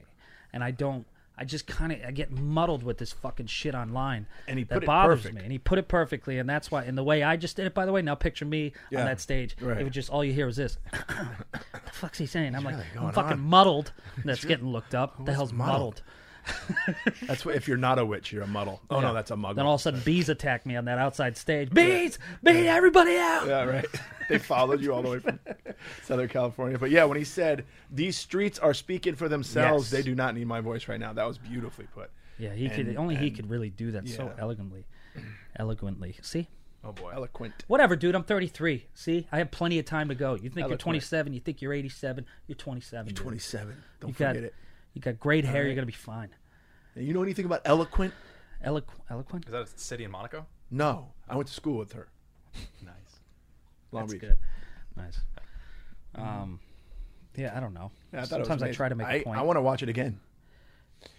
C: And I don't I just kind of I get muddled with this fucking shit online,
B: And he
C: that
B: put it
C: bothers
B: perfect.
C: me. And he put it perfectly, and that's why. And the way I just did it, by the way. Now picture me
B: Yeah.
C: on that stage.
B: Right.
C: It would just all you hear was this. the fuck's he saying? I'm like, I'm
B: going
C: fucking
B: on?
C: muddled. That's getting looked up. the hell's
B: muddled?
C: muddled?
B: that's what, if you're not a witch, you're a muddle. Oh no,
C: Yeah.
B: that's a muggle.
C: Then all of a sudden, bees attack me on that outside stage. Bees, bees, everybody out.
B: yeah, right. they followed you all the way from Southern California. But yeah, when he said these streets are speaking for themselves,
C: Yes.
B: they do not need my voice right now. That was beautifully put.
C: Yeah, he could.
B: And-
C: Only he
B: and-
C: could really do that so
B: yeah.
C: elegantly. Eloquently. See?
D: Oh boy.
B: Eloquent.
C: Whatever, dude. I'm 33. See? I have plenty of time to go. You think you're
B: Eloquent.
C: 27. You think you're 87. You're 27. dude.
B: 27. Don't
C: You got,
B: forget it.
C: you got great hair. You're gonna be fine.
B: And You know anything about eloquent?
C: Eloqu- eloquent.
D: Is that a city in Monaco?
B: No, I went to school with her.
D: Nice.
B: Long
C: That's
B: Beach.
C: good. Nice. Um, yeah, I don't know.
B: Yeah, I thought it was
C: Sometimes I
B: amazing.
C: try to make a
B: I-
C: point. I,
B: I want to watch it again.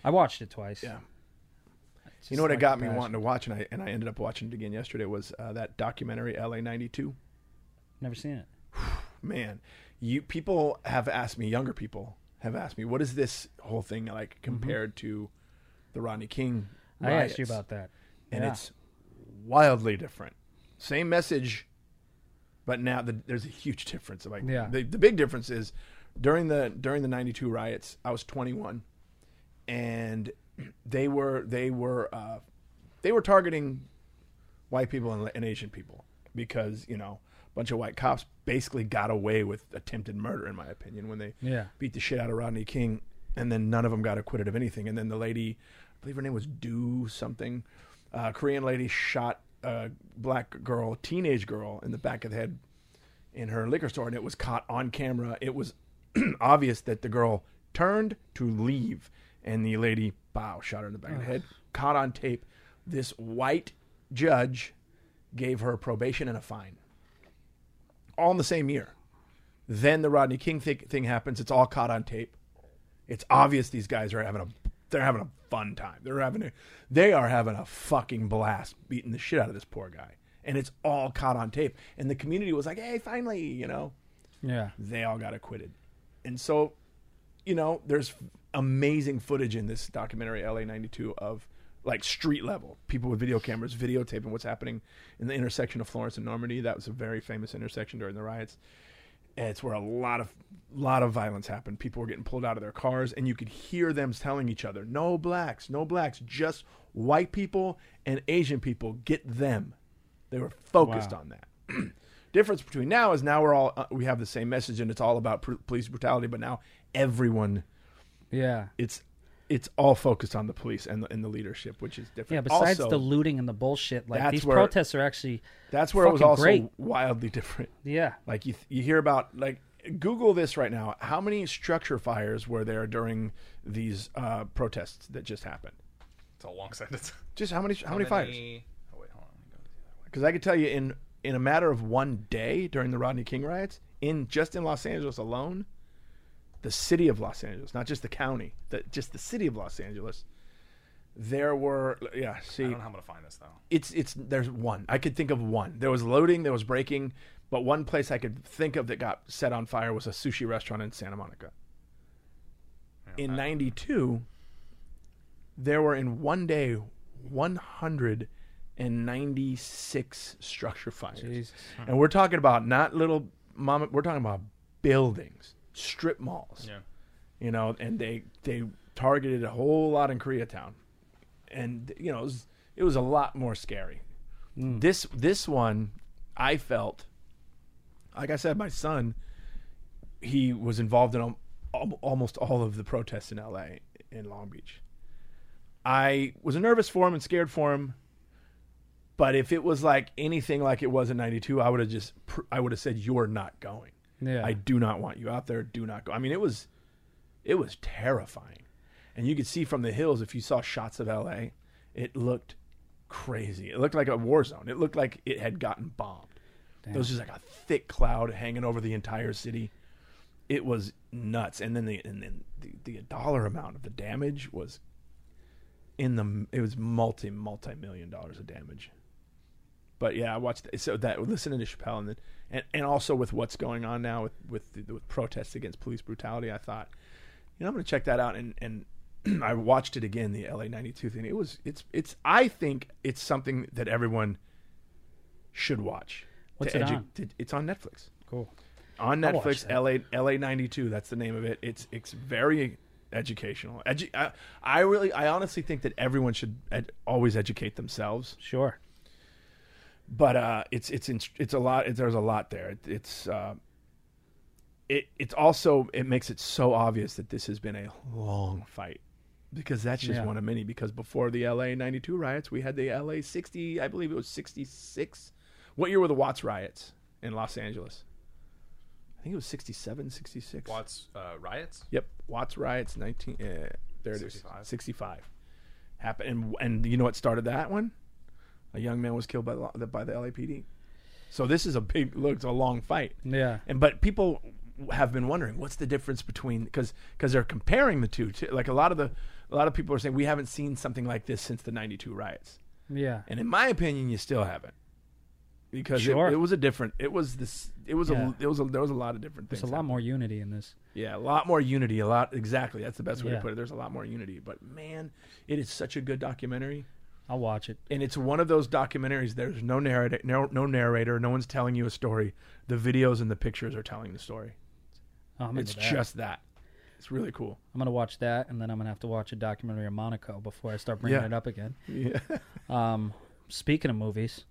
C: watched it twice.
B: Yeah.
C: Just
B: You know what
C: like
B: it got
C: the
B: me
C: passion.
B: wanting to watch, and I and I ended up watching it again yesterday. Was uh, that documentary LA '92?
C: Never seen it.
B: man you people have asked me younger people have asked me what is this whole thing like compared to the rodney king
C: Mm-hmm. I asked you
B: riots?
C: about that.
B: and
C: Yeah.
B: it's wildly different same message but now the, there's a huge difference like
C: Yeah.
B: the, the big difference is during the during the 92 riots i was 21 and they were they were uh, they were targeting white people and, and Asian people because you know a bunch of white cops basically got away with attempted murder in my opinion when they
C: Yeah.
B: beat the shit out of Rodney King and then none of them got acquitted of anything and then the lady I believe her name was Do something uh, Korean lady shot a black girl teenage girl in the back of the head in her liquor store and it was caught on camera it was obvious that the girl turned to leave and the lady bow shot her in the back of the head caught on tape this white judge gave her probation and a fine all in the same year then the rodney king thi- thing happens it's all caught on tape it's obvious these guys are having a they're having a fun time. They're having a, they are having a fucking blast beating the shit out of this poor guy, and it's all caught on tape. And the community was like, "Hey, finally!" You know,
C: Yeah.
B: they all got acquitted. And so, you know, there's amazing footage in this documentary LA 92 of like street level people with video cameras videotaping what's happening in the intersection of Florence and Normandy. That was a very famous intersection during the riots. And it's where a lot of lot of violence happened. People were getting pulled out of their cars and you could hear them telling each other, "No blacks, no blacks, just white people and Asian people, get them." They were focused
C: Wow.
B: on that difference between now is now we're all uh, we have the same message and it's all about pr- police brutality but now everyone
C: Yeah.
B: it's it's all focused on the police and the, and the leadership which is
C: Yeah,
B: different
C: besides
B: Also,
C: the looting and the bullshit, like
B: that's
C: these
B: where-
C: protests are actually
B: that's where it was
C: fucking
B: also
C: great.
B: wildly different
C: Yeah.
B: like you, th- you hear about like google this right now how many structure fires were there during these uh, protests that just happened
D: It's a long sentence.
B: just how many how, many fires
D: Oh wait, hold on. Let me go to the other way.
B: because I could tell you in in a matter of one day during the Rodney King riots, in just in Los Angeles alone, the city of Los Angeles, not just the county, the, just the city of Los Angeles, there were yeah.
D: I
B: See,
D: don't know how I'm gonna find this though.
B: it's it's there's one I could think of one. There was loading, there was breaking, but one place I could think of that got set on fire was a sushi restaurant in Santa Monica. In '92, there were in one day 196 structure fires,
C: Jesus.
B: and we're talking about not little mama. We're talking about buildings, strip malls
D: Yeah.
B: you know, and they they targeted a whole lot in Koreatown, and you know, it was, it was a lot more scary. This this one, I felt, like I said, my son, he was involved in al- al- almost all of the protests in L.A. in Long Beach. I was nervous for him and scared for him. But if it was like anything like it was in '92, I would have just pr- I would have said you're not going.
C: Yeah.
B: I do not want you out there. Do not go. I mean, it was it was terrifying. And you could see from the hills if you saw shots of LA, it looked crazy. It looked like a war zone. It looked like it had gotten bombed. There was just like a thick cloud hanging over the entire city. It was nuts. And then the and then the, the dollar amount of the damage was in the it was multi multi million dollars of damage. But yeah, I watched so that listening to Chappelle and then and, and also with what's going on now with with the, with protests against police brutality, I thought, you know, I'm going to check that out and and I watched it again the LA 92 thing. It was it's it's I think it's something that everyone should watch.
C: What's
B: to
C: it
B: edu-
C: on?
B: to- it's on Netflix.
C: Cool.
B: On
C: I'll watch
B: Netflix, LA LA 92, that's the name of it. It's it's very educational. Edu- I, I really I honestly think that everyone should ed- always educate themselves
C: Sure.
B: but uh, it's it's in, it's a lot. It, there's a lot there. It, it's uh, it it's also it makes it so obvious that this has been a long fight because that's just
C: Yeah.
B: one of many. Because before the L.A. '92 riots, we had the L.A. '60, I believe it was '66. What year were the Watts riots in Los Angeles? I think it was 67, 66.
D: Watts uh, riots.
B: Yep, Watts riots 19 uh, there it is.
D: 65.
B: 65. Happened and and you know what started that one? A young man was killed by the, by the LAPD. So this is a big look, it's a long fight.
C: Yeah.
B: And but people have been wondering what's the difference between cuz cuz they're comparing the two to, like a lot of the a lot of people are saying we haven't seen something like this since the 92 riots.
C: Yeah.
B: And in my opinion, you still haven't. Because it-
C: Sure.
B: it, was a different it was this it was
C: Yeah.
B: a it was a there was a lot of different things.
C: There's a lot
B: happening.
C: more unity in this.
B: Yeah, a lot more unity. A lot exactly. That's the best way
C: Yeah.
B: to put it. There's a lot more unity. But man, it is such a good documentary,
C: I'll watch it.
B: and it's one of those documentaries. There's no narrator, no, no narrator. No one's telling you a story. The videos and the pictures are telling the story.
C: Oh, I'm
B: It's
C: into that.
B: just that. It's really cool.
C: I'm gonna watch that, and then I'm gonna have to watch a documentary on Monaco before I start bringing
B: Yeah.
C: it up again.
B: Yeah.
C: Um, speaking of movies,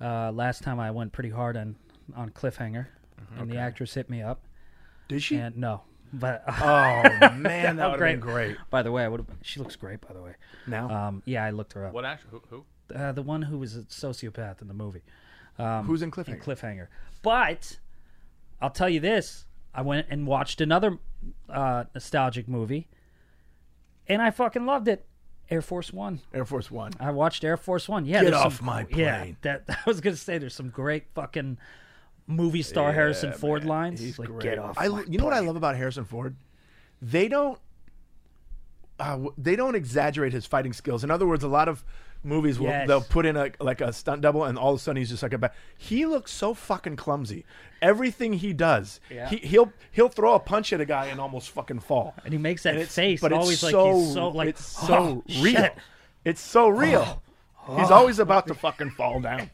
C: uh, last time I went pretty hard on on Cliffhanger,
B: Mm-hmm.
C: and the actress hit me up,
B: Did she?
C: and no, but
B: oh man, that
C: How
B: would have been great.
C: By the way, I would. She looks great. By the way,
B: Now,
C: um, yeah, I looked her up.
D: What actually? Who? who?
C: Uh, the one who was a sociopath in the movie.
B: who's Um, in cliffhanger?
C: and cliffhanger. But I'll tell you this: I went and watched another uh, nostalgic movie, and I fucking loved it. Air Force One.
B: Air Force One.
C: I watched Air Force One. Yeah,
B: Get
C: there's
B: off
C: some,
B: my
C: Yeah,
B: plane.
C: that I was gonna say. There's some great fucking movie star Harrison Ford lines.
B: He's
C: like, oh,
B: great.
C: get off.
B: I,
C: my
B: you know what I love about Harrison Ford? They don't uh, w- they don't exaggerate his fighting skills. In other words, a lot of movies will
C: Yes.
B: they'll put in a like a stunt double, and all of a sudden he's just like a bat. He looks so fucking clumsy. Everything he does,
C: Yeah.
B: he, he'll he'll throw a punch at a guy and almost fucking fall.
C: and he makes that
B: And it's-
C: face,
B: but it's
C: always like
B: so,
C: he's so like
B: it's so
C: "Oh, shit." Oh,
B: real. It's so real. He's always about to fucking fall down,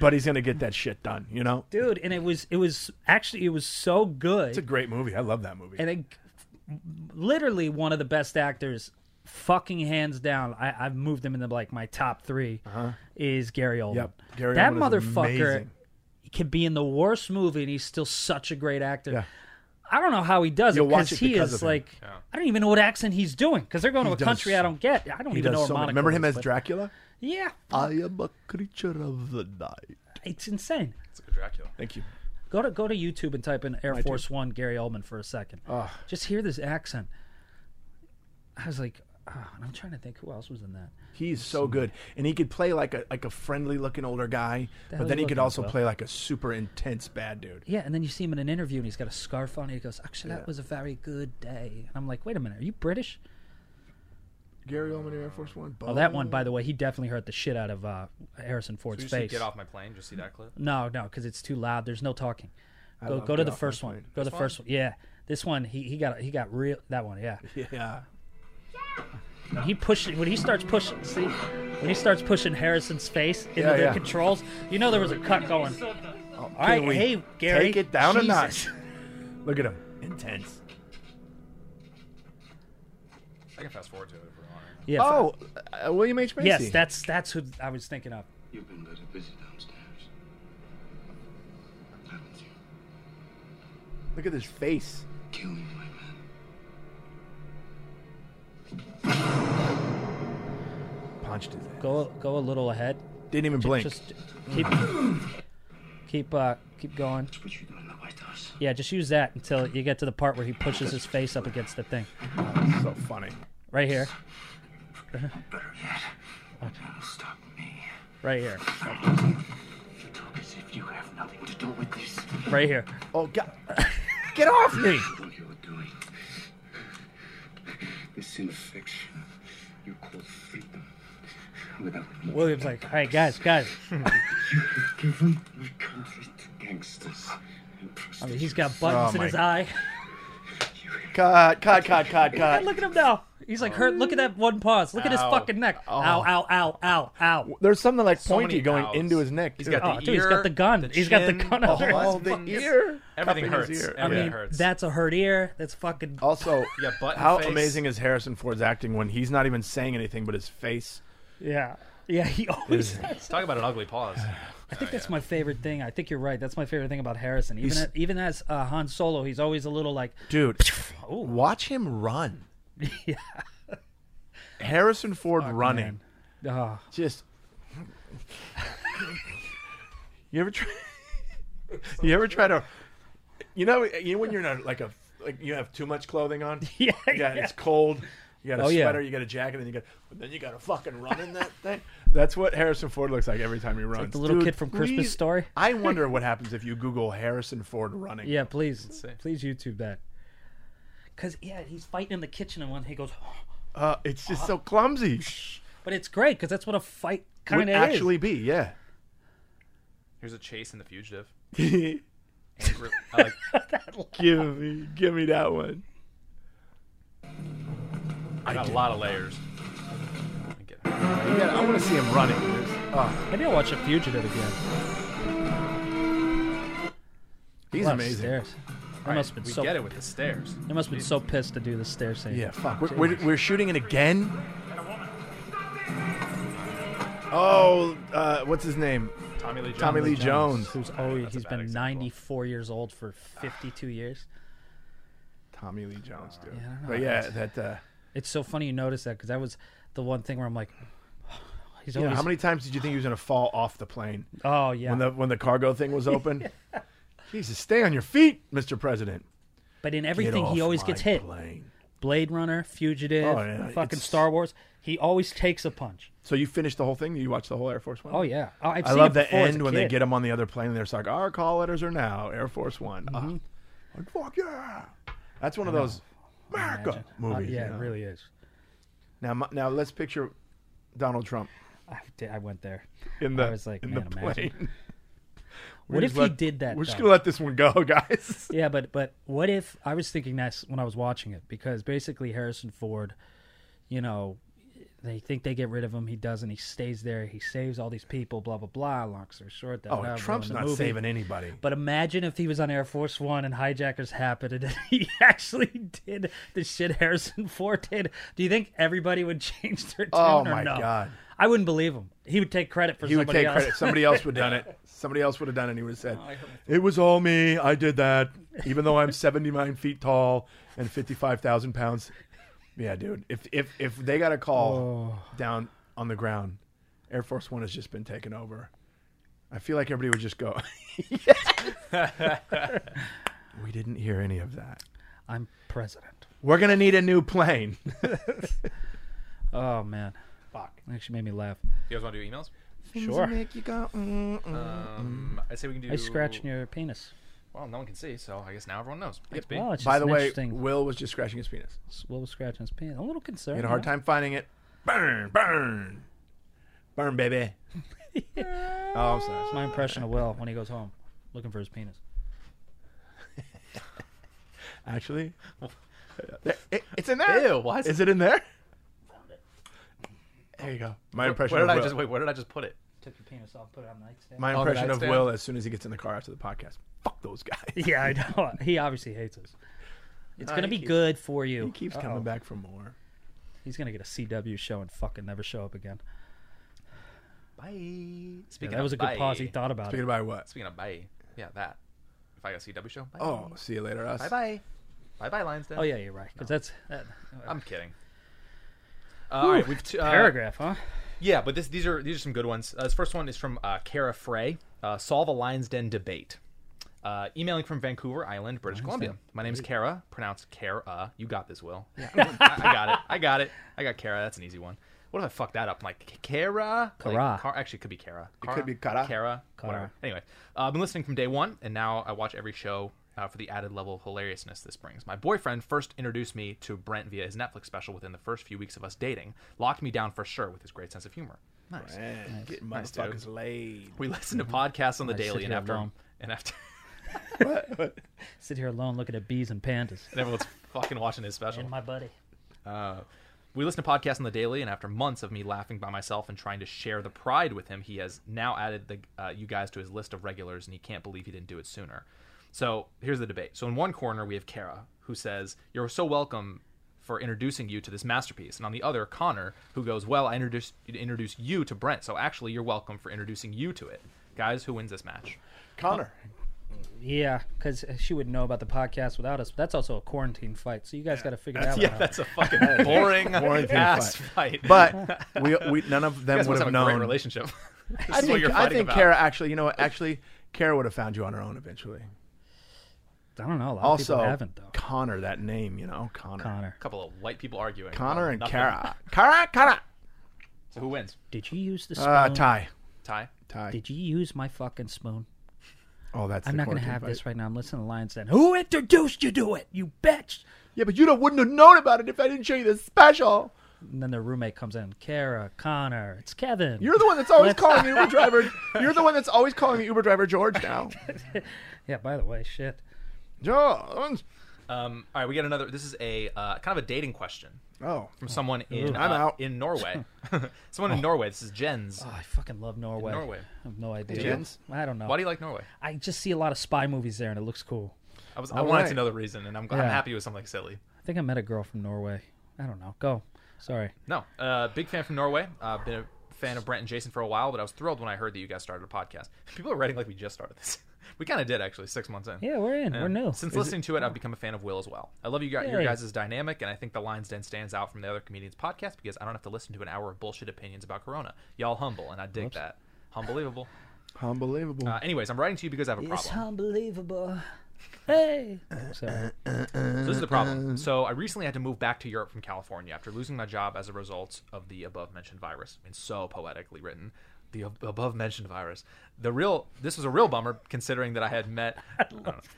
B: but he's gonna get that shit done. You know,
C: dude. And it was it was actually it was so good.
B: it's a great movie. I love that movie.
C: and it, literally one of the best actors, fucking hands down. I, I've moved him into like my top 3 Is Gary Oldman?
B: Uh-huh. Yep. Gary
C: that
B: Oldman is
C: motherfucker
B: amazing.
C: can be in the worst movie and he's still such a great actor.
B: Yeah.
C: I don't know how he does
B: You'll
C: it
B: watch
C: because
B: it
C: he
B: because
C: is
B: of him.
C: like I don't even know what accent he's doing because they're going to a
B: does
C: country I don't get. I don't
B: he
C: even know
B: does so.
C: where
B: many-
C: Monaco
B: Remember him
C: is,
B: as
C: but-
B: Dracula?
C: Yeah,
B: I am a creature of the night.
C: it's insane.
D: It's like a Dracula.
B: Thank you.
C: Go to go to YouTube and type in Air Force One Gary Oldman for a second. Just hear this accent. I was like, ah, and I'm trying to think who else was in that.
B: He's so good, and he could play like a like a friendly looking older guy, but
C: hell
B: then
C: you
B: he could
C: looking
B: also
C: as well?
B: play like a super intense bad dude.
C: Yeah, and then you see him in an interview and he's got a scarf on. And he goes, actually, that was a very good day. And I'm like, wait a minute, are you British?
B: Gary Oldman, Air Force One.
C: Oh, that one, by the way, he definitely hurt the shit out of uh, Harrison Ford's
D: You should
C: face.
D: get off my plane. Just see that clip.
C: No, no, because it's too loud. There's no talking. Go
B: love
C: go to
B: Get
C: the
B: Off My
C: first
B: Plane.
C: one. Go to the first one. Yeah, this one he, he got he got real that one. Yeah.
B: Yeah.
C: When he push when he starts pushing see when he starts pushing Harrison's face into
B: Yeah,
C: the
B: yeah.
C: controls, you know there was a cut going. All right,
B: Can we
C: hey Gary,
B: take it down
C: Jesus.
B: a notch. Look at him, intense.
D: I can fast forward to it if we want.
C: Yeah, f-
B: Oh, uh, William H Macy.
C: yes, that's that's who I was thinking of.
E: You've been very busy downstairs. Haven't you?
B: Look at his face.
E: Kill me, my man.
B: Punched his ass.
C: Go go a little ahead.
B: Didn't even blink.
C: Just keep keep uh keep going.
E: What you doing in the White House?
C: Yeah, just use that until you get to the part where he pushes his face up against the thing.
B: so funny.
C: Right here.
E: Better yet, don't stop me.
C: Right here.
E: You talk as if you have nothing to do with this.
C: Right here.
B: Oh God, get off me!
E: What you're doing. This infection you call freedom. Without me,
C: William's like, all right, guys, guys.
E: you've given your country to gangsters and prostitutes.
C: I mean, he's got buttons
B: Oh,
C: in
B: my-
C: his eye.
B: Cut, cut, cut, cut, cut.
C: Look at him now. He's like hurt. Look at that one paws. Look at his
D: Ow.
C: fucking neck. Ow, ow, ow, ow, ow.
B: There's something like
D: So
B: pointy
D: many
B: going
D: outs.
B: into his neck.
D: He's
B: too.
D: got the
C: Oh, dude, he's
D: ear,
C: got the gun.
D: The
C: He's got the
D: chin,
C: gun under
D: the
C: his
B: Oh,
D: whole
B: the
D: fucking-
B: ear.
D: Everything
B: Cup in
D: hurts.
B: his ear.
C: I
D: Everything
C: mean,
D: hurts.
C: that's a hurt ear. That's fucking.
B: Also,
D: Yeah, button
B: how
D: face.
B: amazing is Harrison Ford's acting when he's not even saying anything, but his face.
C: Yeah. Yeah, he always. Has.
D: Talk about an ugly pause.
C: I think that's my favorite thing. I think you're right. That's my favorite thing about Harrison. Even
B: He's-
C: at, even as uh, Han Solo, he's always a little like,
B: Dude, watch him run. Harrison Ford running.
C: man. oh,
B: Just. you ever try? you ever try to? You know, you know when you're in a, like a like you have too much clothing on.
C: yeah,
B: You got, It's cold. You got a
C: Oh, yeah.
B: sweater. You got a jacket. And you got. But then you got to fucking run in that thing. That's what Harrison Ford looks like every time he runs.
C: the little
B: Dude,
C: kid from Christmas
B: please-
C: Story.
B: I wonder what happens if you Google Harrison Ford running.
C: Yeah, please,
D: see.
C: please YouTube that. Cause yeah, he's fighting in the kitchen and one he goes,
B: Uh, it's just so clumsy.
C: but it's great because that's what a fight
B: Would
C: kind of
B: actually be yeah.
D: Here's a chase in the fugitive.
B: give
D: Angry- I like,
B: me, give me that one.
D: I got a lot of layers. I get it.
B: Yeah, I want to see him running. Oh,
C: Maybe I'll watch a fugitive again.
B: he's
C: Wow,
B: amazing.
C: Stairs. I must have been
D: We
C: so.
D: get it with the stairs.
C: I must have been so pissed to do the stair scene.
B: Yeah, fuck. We're, we're, we're shooting it again. Oh, uh, what's his name?
D: Tommy Lee Jones.
B: Tommy Lee Jones.
C: Who's always
D: That's a
C: he's
D: bad
C: been
D: example.
C: 94 years old for 52 years.
B: Tommy Lee Jones, dude.
C: Yeah, I don't know.
B: but yeah, that. Uh,
C: It's so funny you notice that because that was the one thing where I'm like, he's
B: you know,
C: always.
B: how many times did you think he was gonna fall off the plane
C: oh yeah.
B: when the when the cargo thing was open? Jesus, stay on your feet, Mr. President.
C: but in
B: Get
C: everything, he
B: off
C: always
B: my
C: gets hit.
B: plane.
C: Blade Runner, Fugitive,
B: Oh, yeah,
C: fucking
B: it's-
C: Star Wars. He always takes a punch.
B: So you finished the whole thing? You watched the whole Air Force One?
C: Oh yeah. Oh, I've
B: I
C: seen
B: love
C: it
B: the
C: before as
B: end
C: a
B: when they
C: kid.
B: get him on the other plane and they're just like, our call letters are now Air Force One.
C: Mm-hmm.
B: Ah. fuck yeah. That's one of those America
C: Uh,
B: movies.
C: yeah,
B: you know?
C: it really is.
B: Now, my, now let's picture Donald Trump
C: I, did, I went there.
B: in the
C: I was like,
B: in
C: man,
B: the
C: imagine.
B: plane. We're
C: What if
B: just
C: he
B: let-
C: did that?
B: We're just
C: though?
B: gonna let this one go, guys.
C: yeah, but but what if I was thinking that when I was watching it because basically Harrison Ford, you know, they think they get rid of him. He doesn't. He stays there. He saves all these people. Blah blah blah. Long story short, that
B: Oh,
C: whatever,
B: Trump's
C: in the
B: not
C: movie.
B: saving anybody.
C: But imagine if he was on Air Force One and hijackers happened and he actually did the shit Harrison Ford did. Do you think everybody would change their tune
B: Oh,
C: or
B: my
C: no?
B: God.
C: I wouldn't believe him. He would take credit for
B: He would
C: somebody
B: take
C: else. Oh,
B: credit. Somebody else would have done it. Somebody else would have done it. And he would have said, "It was all me. I did that. Even though I'm 79 feet tall and 55,000 pounds." Yeah, dude. If if if they got a call
C: Oh.
B: down on the ground, Air Force One has just been taken over. I feel like everybody would just go. we didn't hear any of that.
C: I'm president.
B: We're gonna need a new plane.
C: Oh man,
B: Fuck.
C: actually made me laugh.
D: You guys want to do emails?
C: Sure.
B: Make you go. "Mm,
D: Um, I say we can do.
C: I scratching your penis.
D: Well, no one can see, so I guess now everyone knows. Thanks, B.
C: Well, it's
B: By
C: just
B: the
C: an
B: way,
C: interesting.
B: Will was just scratching his penis.
C: Will was scratching his penis. A little concerned.
B: He had a hard
C: you know?
B: time finding it. Burn, burn, burn, baby. oh, I'm sorry.
C: That's my impression of Will when he goes home, looking for his penis.
B: Actually, There- it- it's in there.
D: Ew, what?
B: Is it in there? There you go. My impression.
D: Where
B: of
D: did I
B: Will.
D: just wait? Where did I just put it?
C: Took your penis off, put it on the nightstand.
B: My
D: the
B: impression of
D: nightstand?
B: Will as soon as he gets in the car after the podcast. Fuck those guys.
C: yeah, I know. He obviously hates us. It's
B: Nah,
C: gonna
B: he
C: be
B: keeps-
C: good for you.
B: He keeps
C: Uh-oh.
B: coming back for more.
C: He's gonna get a CW show and fucking never show up again.
D: Bye. Speaking
C: Yeah,
D: of
C: that was a good
D: bye-
C: pause. He thought about
B: Speaking
C: it.
B: about what?
D: Speaking of bye, yeah, that. If I got a CW show, bye.
B: Oh, see you later, us.
D: bye bye, bye bye, Lionsden.
C: Oh yeah, you're right. Because that's that,
D: I'm kidding. Uh, all right, we've t- uh,
C: paragraph, huh?
D: Yeah, but this, these are these are some good ones. Uh, this first one is from uh, Kara Frey. Uh, Solve a Lions Den debate. Uh, emailing from Vancouver Island, British Columbia. My name's Kara, pronounced Kara. You got this, Will. I, I got it. I got it. I got Kara. That's an easy one. What if I fuck that up? I'm like Kara. Like,
C: Kara.
D: Car- actually, it could be Kara. It
B: could be Kara.
D: Kara. Whatever. Anyway, uh, I've been listening from day one, and now I watch every show uh, for the added level of hilariousness this brings. My boyfriend first introduced me to Brent via his Netflix special within the first few weeks of us dating, locked me down for sure with his great sense of humor. Nice.
B: Man, getting
D: dude.
B: motherfuckers laid.
D: We listen to podcasts on the
C: I sit
D: daily, and
C: here
D: after
C: alone.
D: and after
C: Sit here alone looking at bees and pandas.
D: and everyone's fucking watching his special.
C: And my buddy.
D: We listen to podcasts on the daily, and after months of me laughing by myself and trying to share the pride with him, he has now added the uh, you guys to his list of regulars, and he can't believe he didn't do it sooner. So here's the debate. So in one corner we have Kara, who says, "You're so welcome for introducing you to this masterpiece," and on the other, Connor, who goes, "Well, I introduced introduced you to Brent, so actually you're welcome for introducing you to it." Guys, who wins this match?
B: Connor.
C: Yeah, because she would know about the podcast without us. But that's also a quarantine fight, so you guys got to figure that
D: Yeah,
C: one out.
D: that's a fucking Uh, boring
B: Quarantine
D: ass
B: fight.
D: fight.
B: But we, we none of
D: you
B: them
D: guys
B: would
D: must have
B: have
D: a
B: known.
D: great relationship. This
B: I
D: is what
B: think,
D: you're
B: I
D: fighting
B: think
D: about.
B: Kara actually, you know what? Actually, Kara would have found you on her own eventually.
C: I don't know. A lot
B: Also,
C: of people haven't though.
B: Connor, that name, you know, Connor.
C: Connor,
D: couple of white people arguing.
B: Connor
D: about
B: and
D: nothing.
B: Kara. Kara, Kara.
D: So who wins?
C: did you use the spoon?
B: Uh, tie.
D: Tie.
B: Tie.
C: Did you use my fucking spoon?
B: oh, that's
C: I'm
B: the
C: not going to
B: quarantine
C: have
B: fight.
C: this right now. I'm listening to Lions Den. Who introduced you to it? You bitch!
B: Yeah, but you don't, wouldn't have known about it if I didn't show you this special.
C: And then their roommate comes in. Kara, Connor, it's Kevin.
B: You're the one that's always
C: Let's-
B: calling the Uber driver. You're the one that's always calling the Uber driver George now.
C: yeah. By the way, shit.
B: George.
D: Um, all right, we got another. This is a uh, kind of a dating question
B: Oh.
D: from someone in
B: I'm
D: uh,
B: out.
D: in Norway. someone in Norway. This is Jens.
C: Oh, I fucking love Norway.
D: Norway.
C: I have no idea.
B: Jens?
C: I don't know.
D: Why do you like Norway?
C: I just see a lot of spy movies there, and it looks cool.
D: I was. I wanted
B: right.
D: to know the reason, and I'm,
C: Yeah.
D: I'm happy with something silly.
C: I think I met a girl from Norway. I don't know. Go. Sorry.
D: No, uh, big fan from Norway. I've been a fan of Brent and Jason for a while, but I was thrilled when I heard that you guys started a podcast. People are writing like we just started this. We kind of did actually, six months in.
C: Yeah, we're in.
D: And
C: We're new.
D: Since listening to it, I've become a fan of Will as well. I love you guys, your
C: Yay.
D: guys' dynamic, and I think the Lions Den stands out from the other comedians' podcast because I don't have to listen to an hour of bullshit opinions about Corona. Y'all humble, and I dig that. Unbelievable.
B: Unbelievable.
D: Uh, anyways, I'm writing to you because I have a
C: It's
D: problem.
C: unbelievable. Hey. Sorry.
D: So this is the problem. So I recently had to move back to Europe from California after losing my job as a result of the above mentioned virus. I mean, so poetically written. The ab- above mentioned virus. The real. This was a real bummer considering that I had met. uh,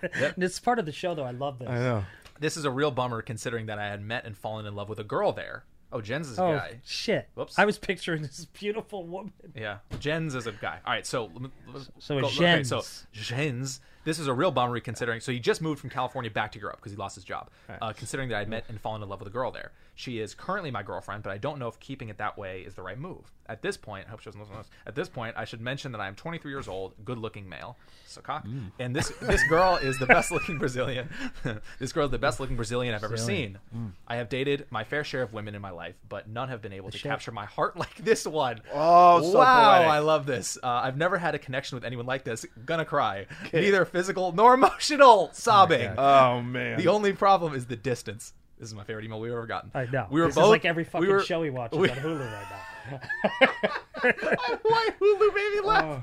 C: And it's part of the show, though. I love this.
B: I know.
D: This is a real bummer considering that I had met and fallen in love with a girl there. Oh, Jens is a
C: Oh
D: guy.
C: shit!
D: Whoops.
C: I was picturing this beautiful woman.
D: Yeah, Jens is a guy. All right, so let me- let's
C: So a
D: go-
C: Jens.
D: Okay, so Jens, this is a real bummer considering. So he just moved from California back to Europe because he lost his job. Uh, considering that I met and fallen in love with a girl there, she is currently my girlfriend, but I don't know if keeping it that way is the right move. At this point, I hope she doesn't listen to this. At this point, I should mention that I am 23 years old, good-looking male, so cock, and this this girl is the best-looking Brazilian. this girl is the best-looking Brazilian I've ever seen. I have dated my fair share of women in my life, but none have been able to
C: shit.
D: capture my heart like this one.
B: Oh, so
D: wow!
B: poetic.
D: I love this. Uh, I've never had a connection with anyone like this. Gonna cry. Neither physical nor emotional. Sobbing.
B: Oh man.
D: the only problem is the distance. This is my favorite email we've ever gotten.
C: I know.
D: We were
C: this
D: both
C: is like every fucking
D: we were,
C: show he watches
D: we-
C: on Hulu right now.
D: Why Hulu made me
C: Oh.
D: laugh?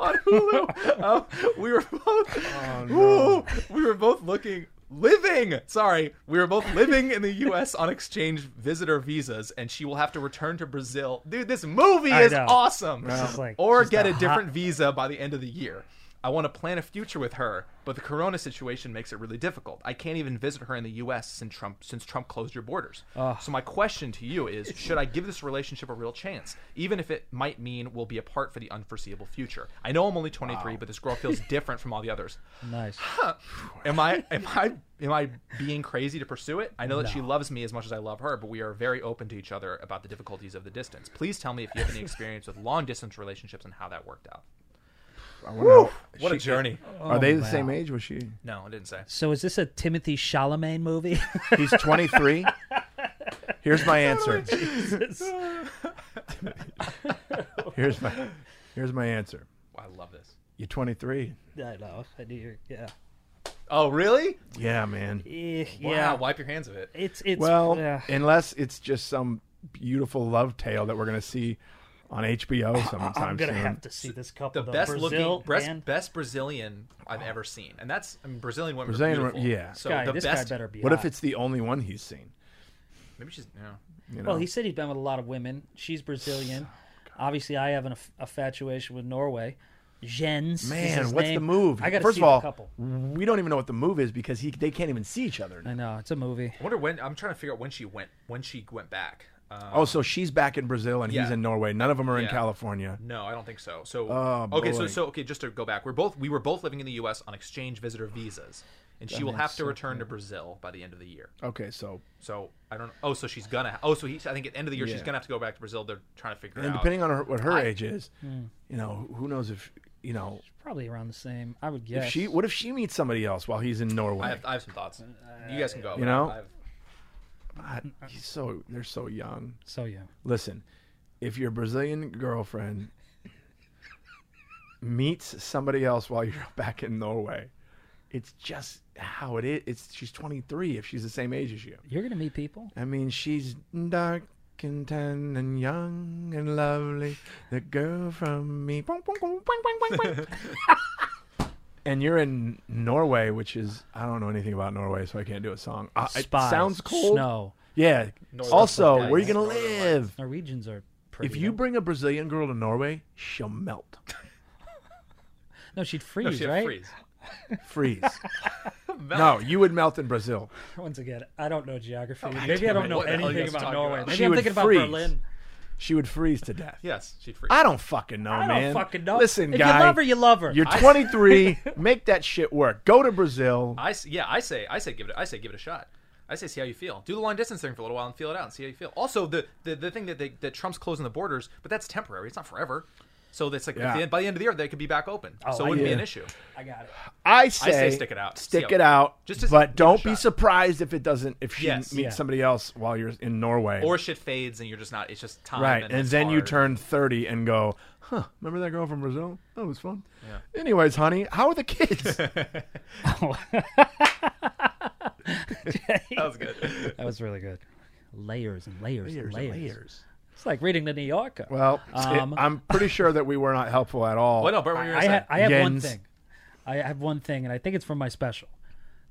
D: On Hulu, um, we were both. Ooh, we were both looking. Living, sorry, we were both living in the U.S. on exchange visitor visas, and she will have to return to Brazil. Dude, this movie
C: I
D: is
C: know.
D: awesome.
C: is like-
D: or
C: just
D: get
C: a
D: a
C: hot-
D: different visa by the end of the year. I want to plan a future with her, but the corona situation makes it really difficult. I can't even visit her in the US since Trump since Trump closed your borders. So my question to you is, should I give this relationship a real chance, even if it might mean we'll be apart for the unforeseeable future? I know I'm only 23, but this girl feels different from all the others.
C: Nice.
D: Am I am I am I being crazy to pursue it? I know that she loves me as much as I love her, but we are very open to each other about the difficulties of the distance. Please tell me if you have any experience with long distance relationships and how that worked out.
B: I wonder how-
D: What a journey!
B: Are they the
C: Oh, wow.
B: same age? Was she?
D: No, I didn't say.
C: So is this a Timothy Chalamet movie?
B: He's 23. Here's my answer. Here's my here's my answer.
D: I love this.
B: You're 23.
C: I know. I knew you. Yeah.
D: Oh, really?
B: Yeah, man.
C: Eh,
D: Yeah.
C: Yeah.
D: wipe your hands of it.
C: It's it's
B: Well,
C: yeah.
B: unless it's just some beautiful love tale that we're gonna see on HBO sometime
C: I'm gonna
B: soon.
C: have to see this couple.
D: The
C: though.
D: best
C: Brazil
D: looking, best,
C: and-
D: best Brazilian I've ever seen, and that's I mean, Brazilian women.
B: Brazilian
D: are
B: women-
D: beautiful.
B: yeah.
D: So
C: guy.
D: the
C: this
D: best.
C: guy better be.
B: What if
C: hot.
B: it's the only one he's seen?
D: Maybe she's. You know,
B: You know?
C: Well, he said he'd been with a lot of women. She's Brazilian.
D: Oh,
C: Obviously, I have an aff- affatuation with Norway. Jens. is
B: man,
C: his
B: what's the
C: name.
B: move?
C: I got
B: First
C: see
B: of all,
C: the couple.
B: we don't even know what the move is because he they can't even see each other.
C: I know it's a movie.
D: I wonder when. I'm trying to figure out when she went. When she went back. Uh,
C: Uh-huh.
B: Oh, so she's back in Brazil and he's
D: Yeah.
B: in Norway. None of them are in
D: Yeah.
B: California.
D: no, I don't think so. So
B: Oh,
D: okay, so
B: boy.
D: so okay, just to go back, we're both we were both living in the U.S. on exchange visitor visas, and she will have to return to Brazil by the end of the year.
B: Okay, so
D: So I don't. Oh, so she's gonna. Oh, so he. I think at the end of the year she's
B: Yeah.
D: gonna have to go back to Brazil. They're trying to figure
B: and
D: out.
B: depending on her, what her age is,
C: Hmm.
B: you know, who knows if you know
C: Probably around the same. I would guess.
B: if she. What if she meets somebody else while he's in Norway?
D: I have, I have some thoughts. You guys can go.
B: You
D: but
B: know?
D: I have,
B: God, he's so they're so young.
C: So yeah.
B: Listen, if your Brazilian girlfriend meets somebody else while you're back in Norway, it's just how it is. It's she's 23 if she's the same age as you.
C: You're gonna meet people.
B: I mean, she's dark and tan and young and lovely. The girl from me. Boing, boing, boing, boing, boing, boing, boing. and you're in Norway, which is I don't know anything about Norway, so I can't do a song. Uh, it
C: Spies,
B: sounds cold.
C: Snow.
B: Yeah.
D: Norway.
B: also,
D: Yeah,
B: where are you
D: yeah.
B: gonna
D: Northern lights.
B: live?
C: Norwegians are pretty.
B: If you
C: though.
B: bring a Brazilian girl to Norway, she'll melt,
C: no, she'd freeze,
D: oh, she had
C: right?
D: freeze.
B: freeze. No, you would melt in Brazil.
C: Once again, I don't know geography. Maybe I don't know
D: What the hell are you
C: anything
D: guys
C: about
D: talking
C: Norway.
D: about?
C: Maybe
B: She
C: I'm
B: would
C: thinking
B: freeze.
C: about Berlin.
B: She would freeze to death.
D: Yes, she'd freeze.
B: I don't fucking know,
C: I don't
B: man.
C: fucking know.
B: Listen,
C: if
B: guy,
C: you love her, you love her.
B: You're 23. make that shit work. Go to Brazil.
D: I s- yeah, I say I say give it I say give it a shot. I say see how you feel. Do the long distance thing for a little while and feel it out and see how you feel. Also, the the, the thing that they, that Trump's closing the borders, but that's temporary. It's not forever. So that's like
B: Yeah.
D: at the end, by the end of the year they could be back open. so
C: I
D: it wouldn't be
B: get
D: an
B: it.
D: issue.
C: I got it.
B: I say,
D: say stick it out.
B: Stick
D: See
B: it
D: how-
B: out.
D: Just to give it
B: but
D: a
B: don't be
D: shot.
B: surprised if it doesn't. If she
D: Yes.
B: meets
C: Yeah.
B: somebody else while you're in Norway,
D: Or shit fades and you're just not. It's just time.
B: right,
D: and,
B: and
D: it's
B: then you
D: hard.
B: turn 30 and go, huh? Remember that girl from Brazil? That was fun. Anyways, honey, how are the kids?
D: That was good.
C: That was really good. Layers and layers,
B: Layers and
C: and layers.
B: layers.
C: It's like reading the New Yorker.
B: Well, it-
C: Um,
B: I'm pretty sure that we were not helpful at all.
D: Well, no, Bert, what were you
C: I,
D: gonna
C: I,
D: say?
C: ha- I have one
B: Jens.
C: thing. I have one thing, and I think it's from my special.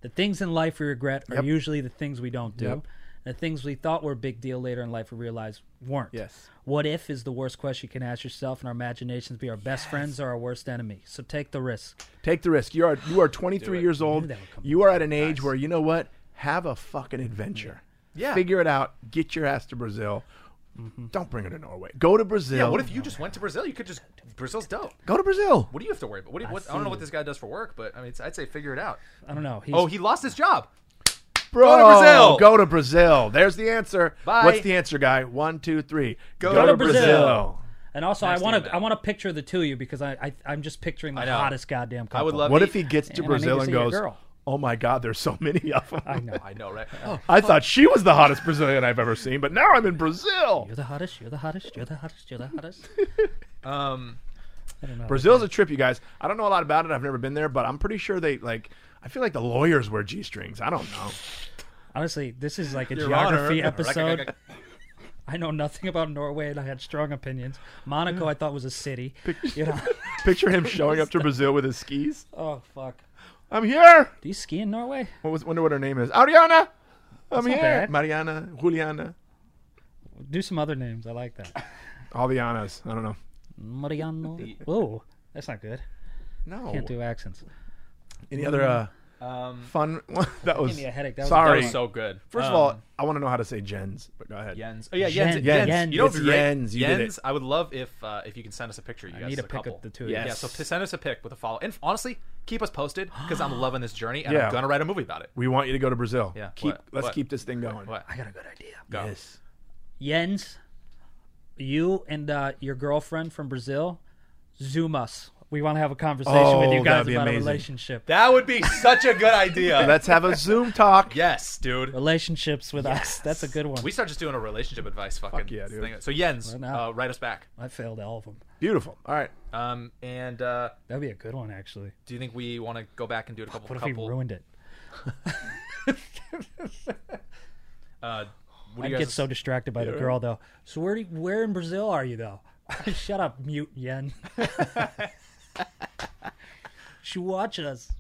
C: The things in life we regret are
B: Yep.
C: usually the things we don't do.
B: Yep.
C: The things we thought were a big deal later in life we realize weren't.
B: Yes.
C: What if is the worst question you can ask yourself, and our imaginations be our best friends or our worst enemy. So take the risk.
B: Take the risk. You are you are 23 years old.
C: that would come
B: You are at an age where you know what? Have a fucking adventure.
D: Yeah.
B: Figure it out. Get your ass to Brazil. Don't bring her to Norway. Go to Brazil.
D: Yeah, what if you just went to Brazil? You could just Brazil's dope.
B: go to Brazil?
D: What do you have to worry about? What, do you, what I don't know what this guy does for work, but I mean, it's, I'd say figure it out.
C: I don't know. He's,
D: Oh, he lost his job.
B: Bro,
D: to Brazil.
B: Go to Brazil. There's the answer.
D: Bye.
B: What's the answer, guy? One, two, three. Go,
C: to Brazil. and also, I
D: Next
C: want
D: email.
C: to I want to picture the two of you because I, I I'm just picturing the
D: know.
C: hottest goddamn couple.
D: I would love.
B: What
D: to
B: if he
D: eat-
B: gets to
C: And I need
B: Brazil
C: to
B: and
C: see your
B: goes,
C: girl.
B: "Oh my God, there's so many of them."
C: I know.
D: I know, right? Oh,
B: I thought she was the hottest Brazilian I've ever seen, but now I'm in Brazil.
C: You're the hottest. You're the hottest. You're the hottest. You're the hottest.
D: um,
C: I don't know.
B: Brazil's a trip, you guys. I don't know a lot about it. I've never been there, but I'm pretty sure they like. I feel like the lawyers wear g strings. I don't know.
C: Honestly, this is like a
D: Your
C: geography
D: Honor.
C: episode. I know nothing about Norway, and I had strong opinions. Monaco, I thought was a city. You know?
B: Picture him showing up to Brazil with his skis.
C: oh fuck!
B: I'm here.
C: Do you ski in Norway?
B: I was wonder what her name is. Ariana. I'm here.
C: bad.
B: Mariana, Juliana,
C: Do some other names. I like that.
B: all the Annas. I don't know.
C: Mariano. Whoa, that's not good.
B: No.
C: Can't
D: Oh.
C: do accents.
B: Any other uh,
D: um,
B: fun? that was
C: me a headache. That was- um,
D: that
B: sorry.
D: was so good. Um,
B: First of all, I want to know how to say gens, but go ahead.
D: Jens. Oh yeah,
C: Yen-
D: Jens. Jens.
C: Yen-
D: You know,
B: It's
D: it'd be great?
B: Jens. You did it.
D: Jens, I would love if uh, if you can send us a picture. of You guys,
C: need
D: as
C: a pic of
D: couple.
C: the two of you.
D: Yeah.
B: Yes.
D: So p- send us a pic with a follow. And honestly, keep us posted because I'm loving this journey and
B: Yeah.
D: I'm gonna write a movie about it.
B: We want you to go to Brazil.
D: Yeah,
B: Keep.
D: what-
B: Let's
D: what-
B: keep this thing going.
D: What?
C: I got a good idea.
D: Go.
B: Yes.
C: Jens, you and uh, your girlfriend from Brazil, Zoom us. We want to have a conversation with
B: Oh,
C: you guys
B: that'd be
C: about
B: amazing.
C: a relationship.
D: That would be such a good idea.
B: Let's have a Zoom talk.
D: yes, dude.
C: Relationships with us. That's a good one.
D: We start just doing a relationship advice fucking
B: yeah, dude.
D: thing. So Jens,
C: now.
D: uh, write us back.
C: I failed all of them.
B: Beautiful. All right.
D: Um, and uh,
C: That'd be a good one, actually.
D: do you think we want to go back and do it a couple?
C: What if
D: couple
C: we ruined it?
D: uh, what do
C: I
D: you
C: get
D: guys?
C: so distracted by the girl, though. So where do you- where in Brazil are you, though? Shut up, mute Yen. she watching us.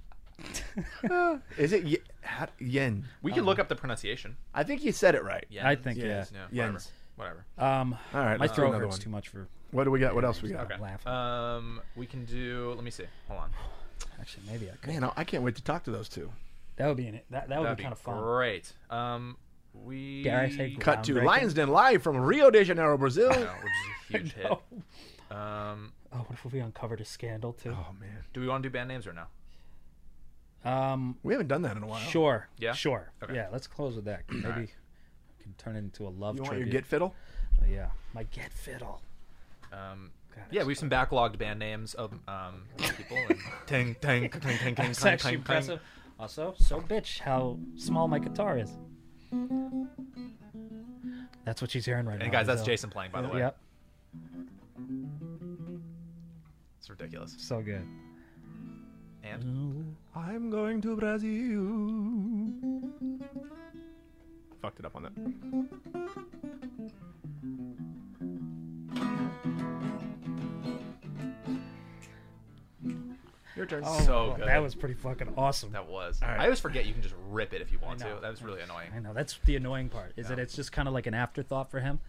B: Is it Ye- how- Yen?
D: we can look up the pronunciation.
B: I think you said it right.
D: Jens.
C: I think,
D: Jens.
C: yeah.
D: whatever.
B: Jens.
D: Whatever.
C: Um,
B: All right.
C: my
B: let's do
C: throat
B: another
C: hurts
B: one.
C: too much for
B: What do we got? What else we got?
C: okay. laugh.
D: Um, we can do. Let me see. Hold on.
C: Actually, maybe I could.
B: Man, I- I can't wait to talk to those two.
C: That would be in it. That, that would
D: That'd
C: be
D: be
C: kind of fun.
D: great. Um, we.
C: Dare I say
D: No,
B: Cut to
C: Groundbreaking.
B: Lions Den live from Rio de Janeiro, Brazil.
D: which is a huge hit. Um,
C: Oh, what if we uncovered a scandal too?
B: Oh man,
D: do we want to do band names or no?
C: Um,
B: we haven't done that in a while.
C: sure.
D: Yeah?
C: Sure.
D: Okay.
C: Yeah. Let's close with that. Maybe
D: right.
C: we can turn it into a love
B: You want your
C: tribute.
B: get fiddle?
C: Oh, yeah. My get fiddle.
D: Um,
C: God,
D: yeah,
C: it's-
D: we have some backlogged band names of um people. And tang tang tang tang tang
C: It's actually
D: tang tang.
C: impressive. Also, so bitch how small my guitar is. That's what she's hearing right now.
D: And guys, that's
C: Lizzo.
D: Jason playing by the way.
C: Oh, Yep.
D: It's ridiculous.
C: So good.
D: And
B: I'm going to Brazil. Fucked it up on that. Your turn.
D: So
C: well,
D: good.
C: That was pretty fucking awesome.
D: that was.
B: right.
D: I always forget you can just rip it if you want
C: I know.
D: to. That was really annoying.
C: I know. That's the annoying part. Is that it's just kind of like an afterthought for him.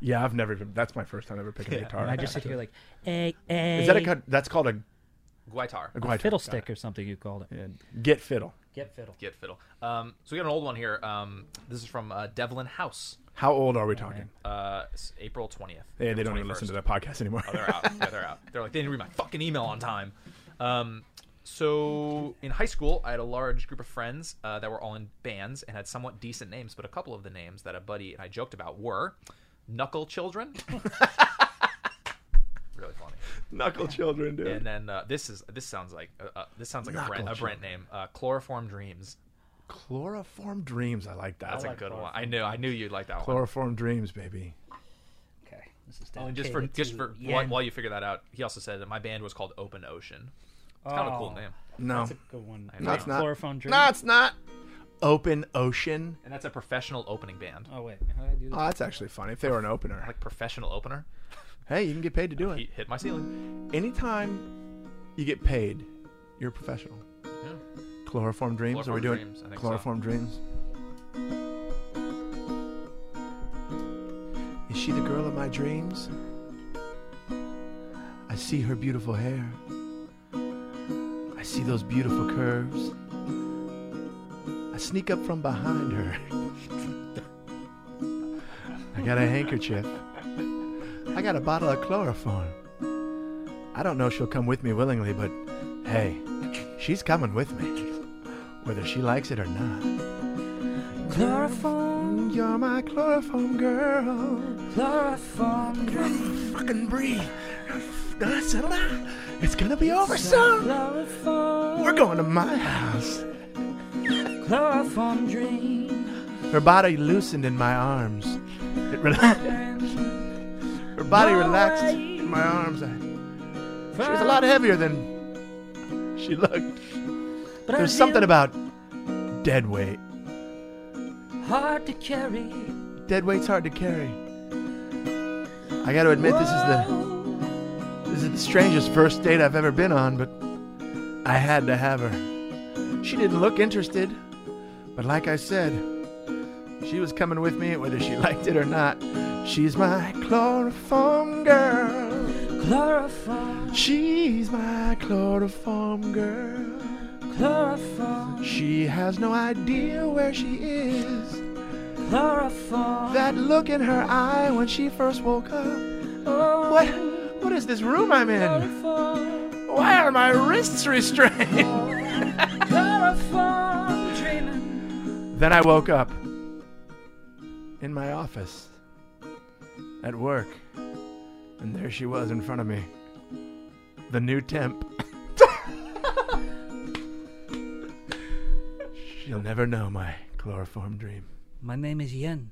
B: Yeah, I've never even. That's my first time ever picking a guitar.
C: And I just sit here like, hey, hey.
B: Is that a cut? That's called a,
D: Guitar.
B: a guitar.
C: fiddle stick or something you called it?
B: Get fiddle.
C: Get fiddle.
D: Get fiddle. Um, so we got an old one here. Um, this is from uh, Devlin House.
B: How old are we talking?
D: Uh, it's April twentieth.
B: Hey, they don't even listen to that podcast anymore.
D: They're out. Yeah, they're out. They're like, they didn't read my fucking email on time. Um, so in high school, I had a large group of friends uh, that were all in bands and had somewhat decent names, but a couple of the names that a buddy and I joked about were Knuckle Children. really funny.
B: Knuckle children, dude.
D: And then uh, this is this sounds like uh, uh, this sounds like a
B: Knuckle
D: brand, a brand
B: Children.
D: name. Uh, Chloroform Dreams.
B: Chloroform dreams. I like that.
D: That's a good one. I knew I knew you'd like that one.
B: Chloroform dreams, baby.
C: Okay. This is
D: Oh, And just for
C: dedicated
D: just
C: to
D: for
B: E
D: while,
C: Yen.
D: while you figure that out, he also said that my band was called Open Ocean. It's kind of a cool
C: Oh.
D: name.
B: No,
C: That's a good one.
D: know.
B: that's not.
C: Chloroform dream.
B: No, it's not. Open ocean.
D: And that's a professional opening band.
C: Oh wait. How do I do this?
B: Oh, that's actually funny. If they were an opener,
D: Like professional opener.
B: hey, you can get paid to do
D: He
B: it.
D: hit my ceiling.
B: Anytime you get paid, you're a professional. Chloroform dreams. Are we
D: Chloroform
B: doing
D: dreams, I think so.
B: chloroform dreams? Is she the girl of my dreams? I see her beautiful hair. I see those beautiful curves. I sneak up from behind her. got a handkerchief. I got a bottle of chloroform. I don't know if she'll come with me willingly, but hey, she's coming with me, whether she likes it or not.
C: Chloroform,
B: You're my chloroform girl.
C: chloroform,
B: Fucking breathe. It's gonna be over soon.
C: chloroform,
B: We're going to my house.
C: chloroform dream.
B: Her body loosened in my arms. It relaxed. Her body relaxed in my arms. I, she was a lot heavier than she looked. There's something about dead weight.
C: hard to carry.
B: Dead weight's hard to carry. I got to admit, this is the this is the strangest first date I've ever been on, but I had to have her. She didn't look interested, but like I said, she was coming with me whether she liked it or not. She's my chloroform girl.
C: Chloroform,
B: She's my chloroform girl.
C: chloroform,
B: She has no idea where she is.
C: chloroform.
B: That look in her eye when she first woke up. What? What is this room I'm in?
C: Chloroform,
B: Why are my wrists restrained?
C: chloroform dreaming.
B: Then I woke up in my office at work, and there she was in front of me. The new temp. She'll never know my chloroform dream.
C: My name is Yen.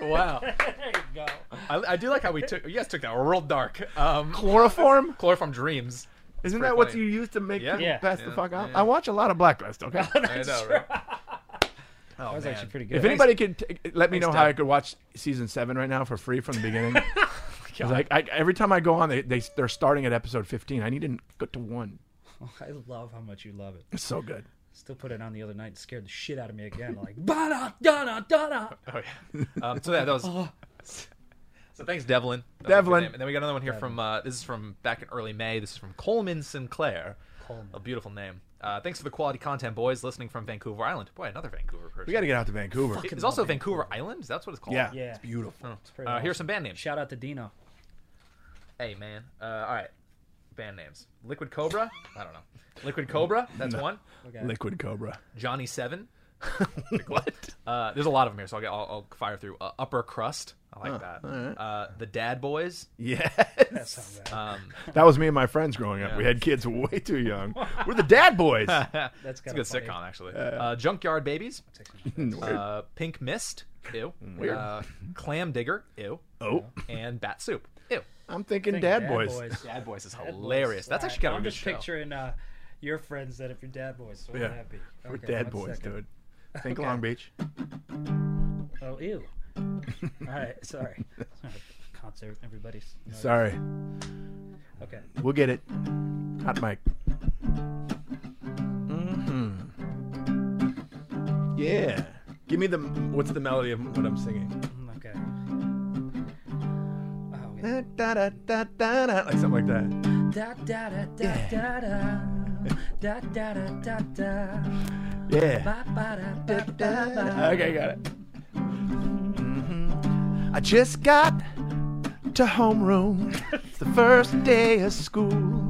D: Wow. there you go. I, I do like how we took. You guys took that real dark. Um,
B: Chloroform?
D: chloroform dreams.
B: Isn't
D: pretty
B: that what
D: funny.
B: you use to make
D: Yeah.
B: people
C: Yeah.
B: pass the
D: Yeah.
B: fuck out?
D: Yeah.
B: I watch a lot of Blacklist, okay?
D: I know, right? Oh,
C: That was actually pretty good.
B: If anybody could t- let me
D: Thanks,
B: know how
D: Doug.
B: I could watch season seven right now for free from the beginning, 'Cause
C: Oh
B: like I, every time I go on, they, they they're starting at episode fifteen. I need to go to one.
C: Oh, I love how much you love it.
B: It's so good.
C: Still put it on the other night and scared the shit out of me again. Like, da da da
D: Oh yeah. Um, so yeah, that was.
C: Oh.
D: So thanks, Devlin. That was a good
B: Devlin.
D: name. And then we got another one here from. Uh, this is from back in early May. This is from Coleman Sinclair.
C: Coleman.
D: A beautiful name. Uh, thanks for the quality content, boys. Listening from Vancouver Island. Boy, another Vancouver person.
B: We got to get out to Vancouver.
D: It- It's also Vancouver Island. That's what it's called.
B: Yeah,
C: Yeah.
B: it's beautiful.
D: Oh.
C: pretty
D: Uh,
C: awesome.
D: here's some band names.
C: Shout out to Dino.
D: Hey man. Uh, all right. Band names. Liquid Cobra. I don't know. Liquid Cobra. That's one.
C: Okay.
B: Liquid Cobra.
D: Johnny Seven. what? Uh, there's a lot of them here, so I'll, get, I'll, I'll fire through. Uh, upper Crust. I like that. Uh, the Dad Boys.
B: Yeah,
C: That sounds bad.
D: Um,
B: that was me and my friends growing up. We had kids way too young. We're the dad boys.
C: That's
D: It's a
C: kind
D: good
C: of funny.
D: sitcom, actually. Uh, Junkyard Babies,
B: Weird.
D: uh, Pink Mist, ew.
B: Weird.
D: Uh, Clam Digger, ew.
B: oh,
D: And Bat Soup, ew.
B: I'm thinking dad, boys.
D: Dad Boys is hilarious. That's
C: All right,
D: actually kind of
C: I'm
D: a good
C: just
D: show.
C: picturing uh, your friends that if you're dad boys, so
B: Yeah.
C: would that be?
B: We're
C: Okay,
B: dad
C: one
B: boys,
C: second.
B: dude. Think Long Beach.
C: Oh, ew. All right, sorry. Sorry. Concert, everybody's.
B: Sorry,
C: Okay.
B: we'll get it. Hot mic. Mm-hmm. Yeah. Give me the what's the melody of what I'm singing.
C: Mm, Okay. Oh, yeah.
B: Da, da, da, da, da, da, like something like that.
C: Da da da da da da. Da da da da da.
B: Yeah.
C: Ba ba da ba ba ba.
B: Okay, got it. Mm-hmm. I just got to homeroom. It's the first day of school.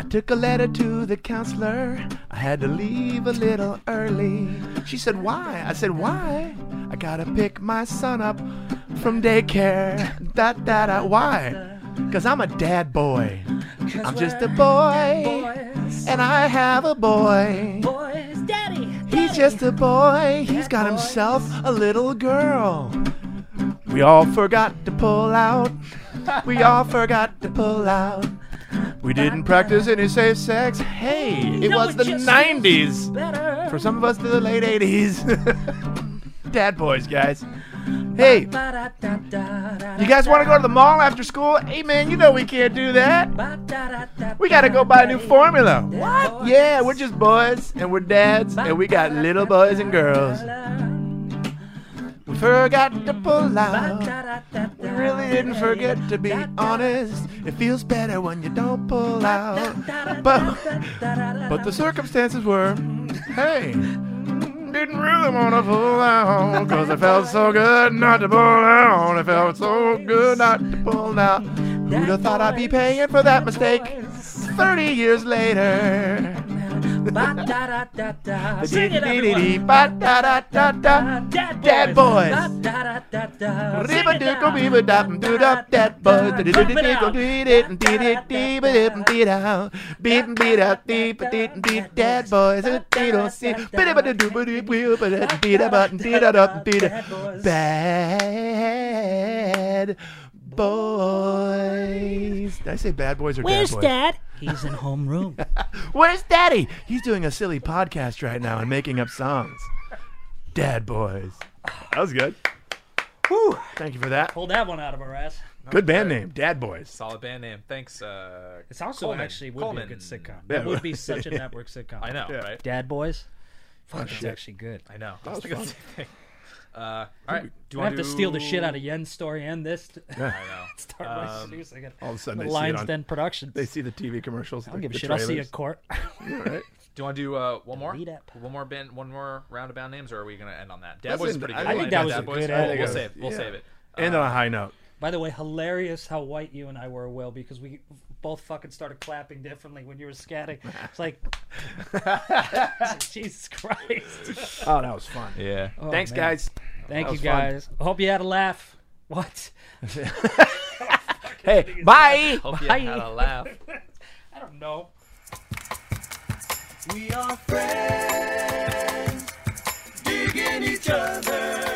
B: I took a letter to the counselor. I had to leave a little early. She said, Why? I said, Why? I gotta pick my son up from daycare. Da da da. Why? Cause I'm a dad boy. I'm just a boy.
C: Boys,
B: And I have a boy.
C: boys, daddy.
B: He's just a boy. He's got himself a little girl. We all forgot to pull out. We all forgot to pull out. We didn't practice any safe sex. Hey, it
C: No,
B: was
C: it
B: the
C: just
B: 90s.
C: better.
B: For some of us, to the late 80s. Dad boys, guys. Hey, you guys want to go to the mall after school? Hey, man, you know we can't do that. We gotta go buy a new formula. What? Yeah, we're just boys and we're dads and we got little boys and girls. We forgot to pull out. We really didn't forget to be honest. It feels better when you don't pull out. But but the circumstances were, hey, Didn't really want to pull out because it felt so good not to pull out. It felt so good not to pull out. Who'd have thought I'd be paying for that mistake 30 years later?
C: Ba-da-da-da-da. Sing it, everyone.
B: Dead
C: Dead
B: boys.
C: boys. Ba-da-da-da-da. Sing it down.
B: Bad boys. Did I say bad boys or
C: Where's
B: dad boys?
C: Dad? He's in homeroom.
B: Where's Daddy? He's doing a silly podcast right now and making up songs. Dad boys. That was good. Whew. Thank you for that.
C: Pull that one out of our ass.
B: Good band name, Dad Boys.
D: Solid band name. Thanks. Uh,
C: It's also
D: Coleman.
C: actually would
D: Coleman.
C: be a good sitcom.
B: Yeah, Oh,
C: That
B: it would.
C: would be such a network sitcom.
D: I know,
B: Yeah.
D: right?
C: Dad Boys. Fuck, that's actually good.
D: I know. I was thinking the same thing. Uh, all right. Do you
C: I
D: want
C: have to steal the shit out of Yen's story and this. To
D: I know.
C: start my series again.
B: All of a sudden, Um, oh, they see, it
C: Lions
B: on,
C: Den Productions.
B: they see the TV commercials.
C: I don't give a shit. I'll see you at court.
D: Do you want to do uh, one more?
C: Delete it.
D: One more band, one more round of band names, or are we gonna end on that? Dad
B: Let's
D: Boys is
B: end-
D: pretty
B: I
D: good.
B: think
D: one.
C: that was
D: Dad
C: a
D: Boys.
C: good
D: we'll,
C: end.
D: we'll save. We'll
B: Yeah.
D: save it.
B: And on a high note.
C: By the way, hilarious how white you and I were, Will, because we both fucking started clapping differently when you were scatting. It's like, Jesus Christ. Oh,
B: Oh, that was fun.
D: Yeah.
B: Thanks,
C: man.
B: guys.
C: Thank
B: That
C: you
B: was fun.
C: guys. I Hope you had a laugh. What?
B: Hey, bye.
D: Hope you
C: Bye.
D: had a laugh.
C: I don't know.
A: We are friends, digging each other.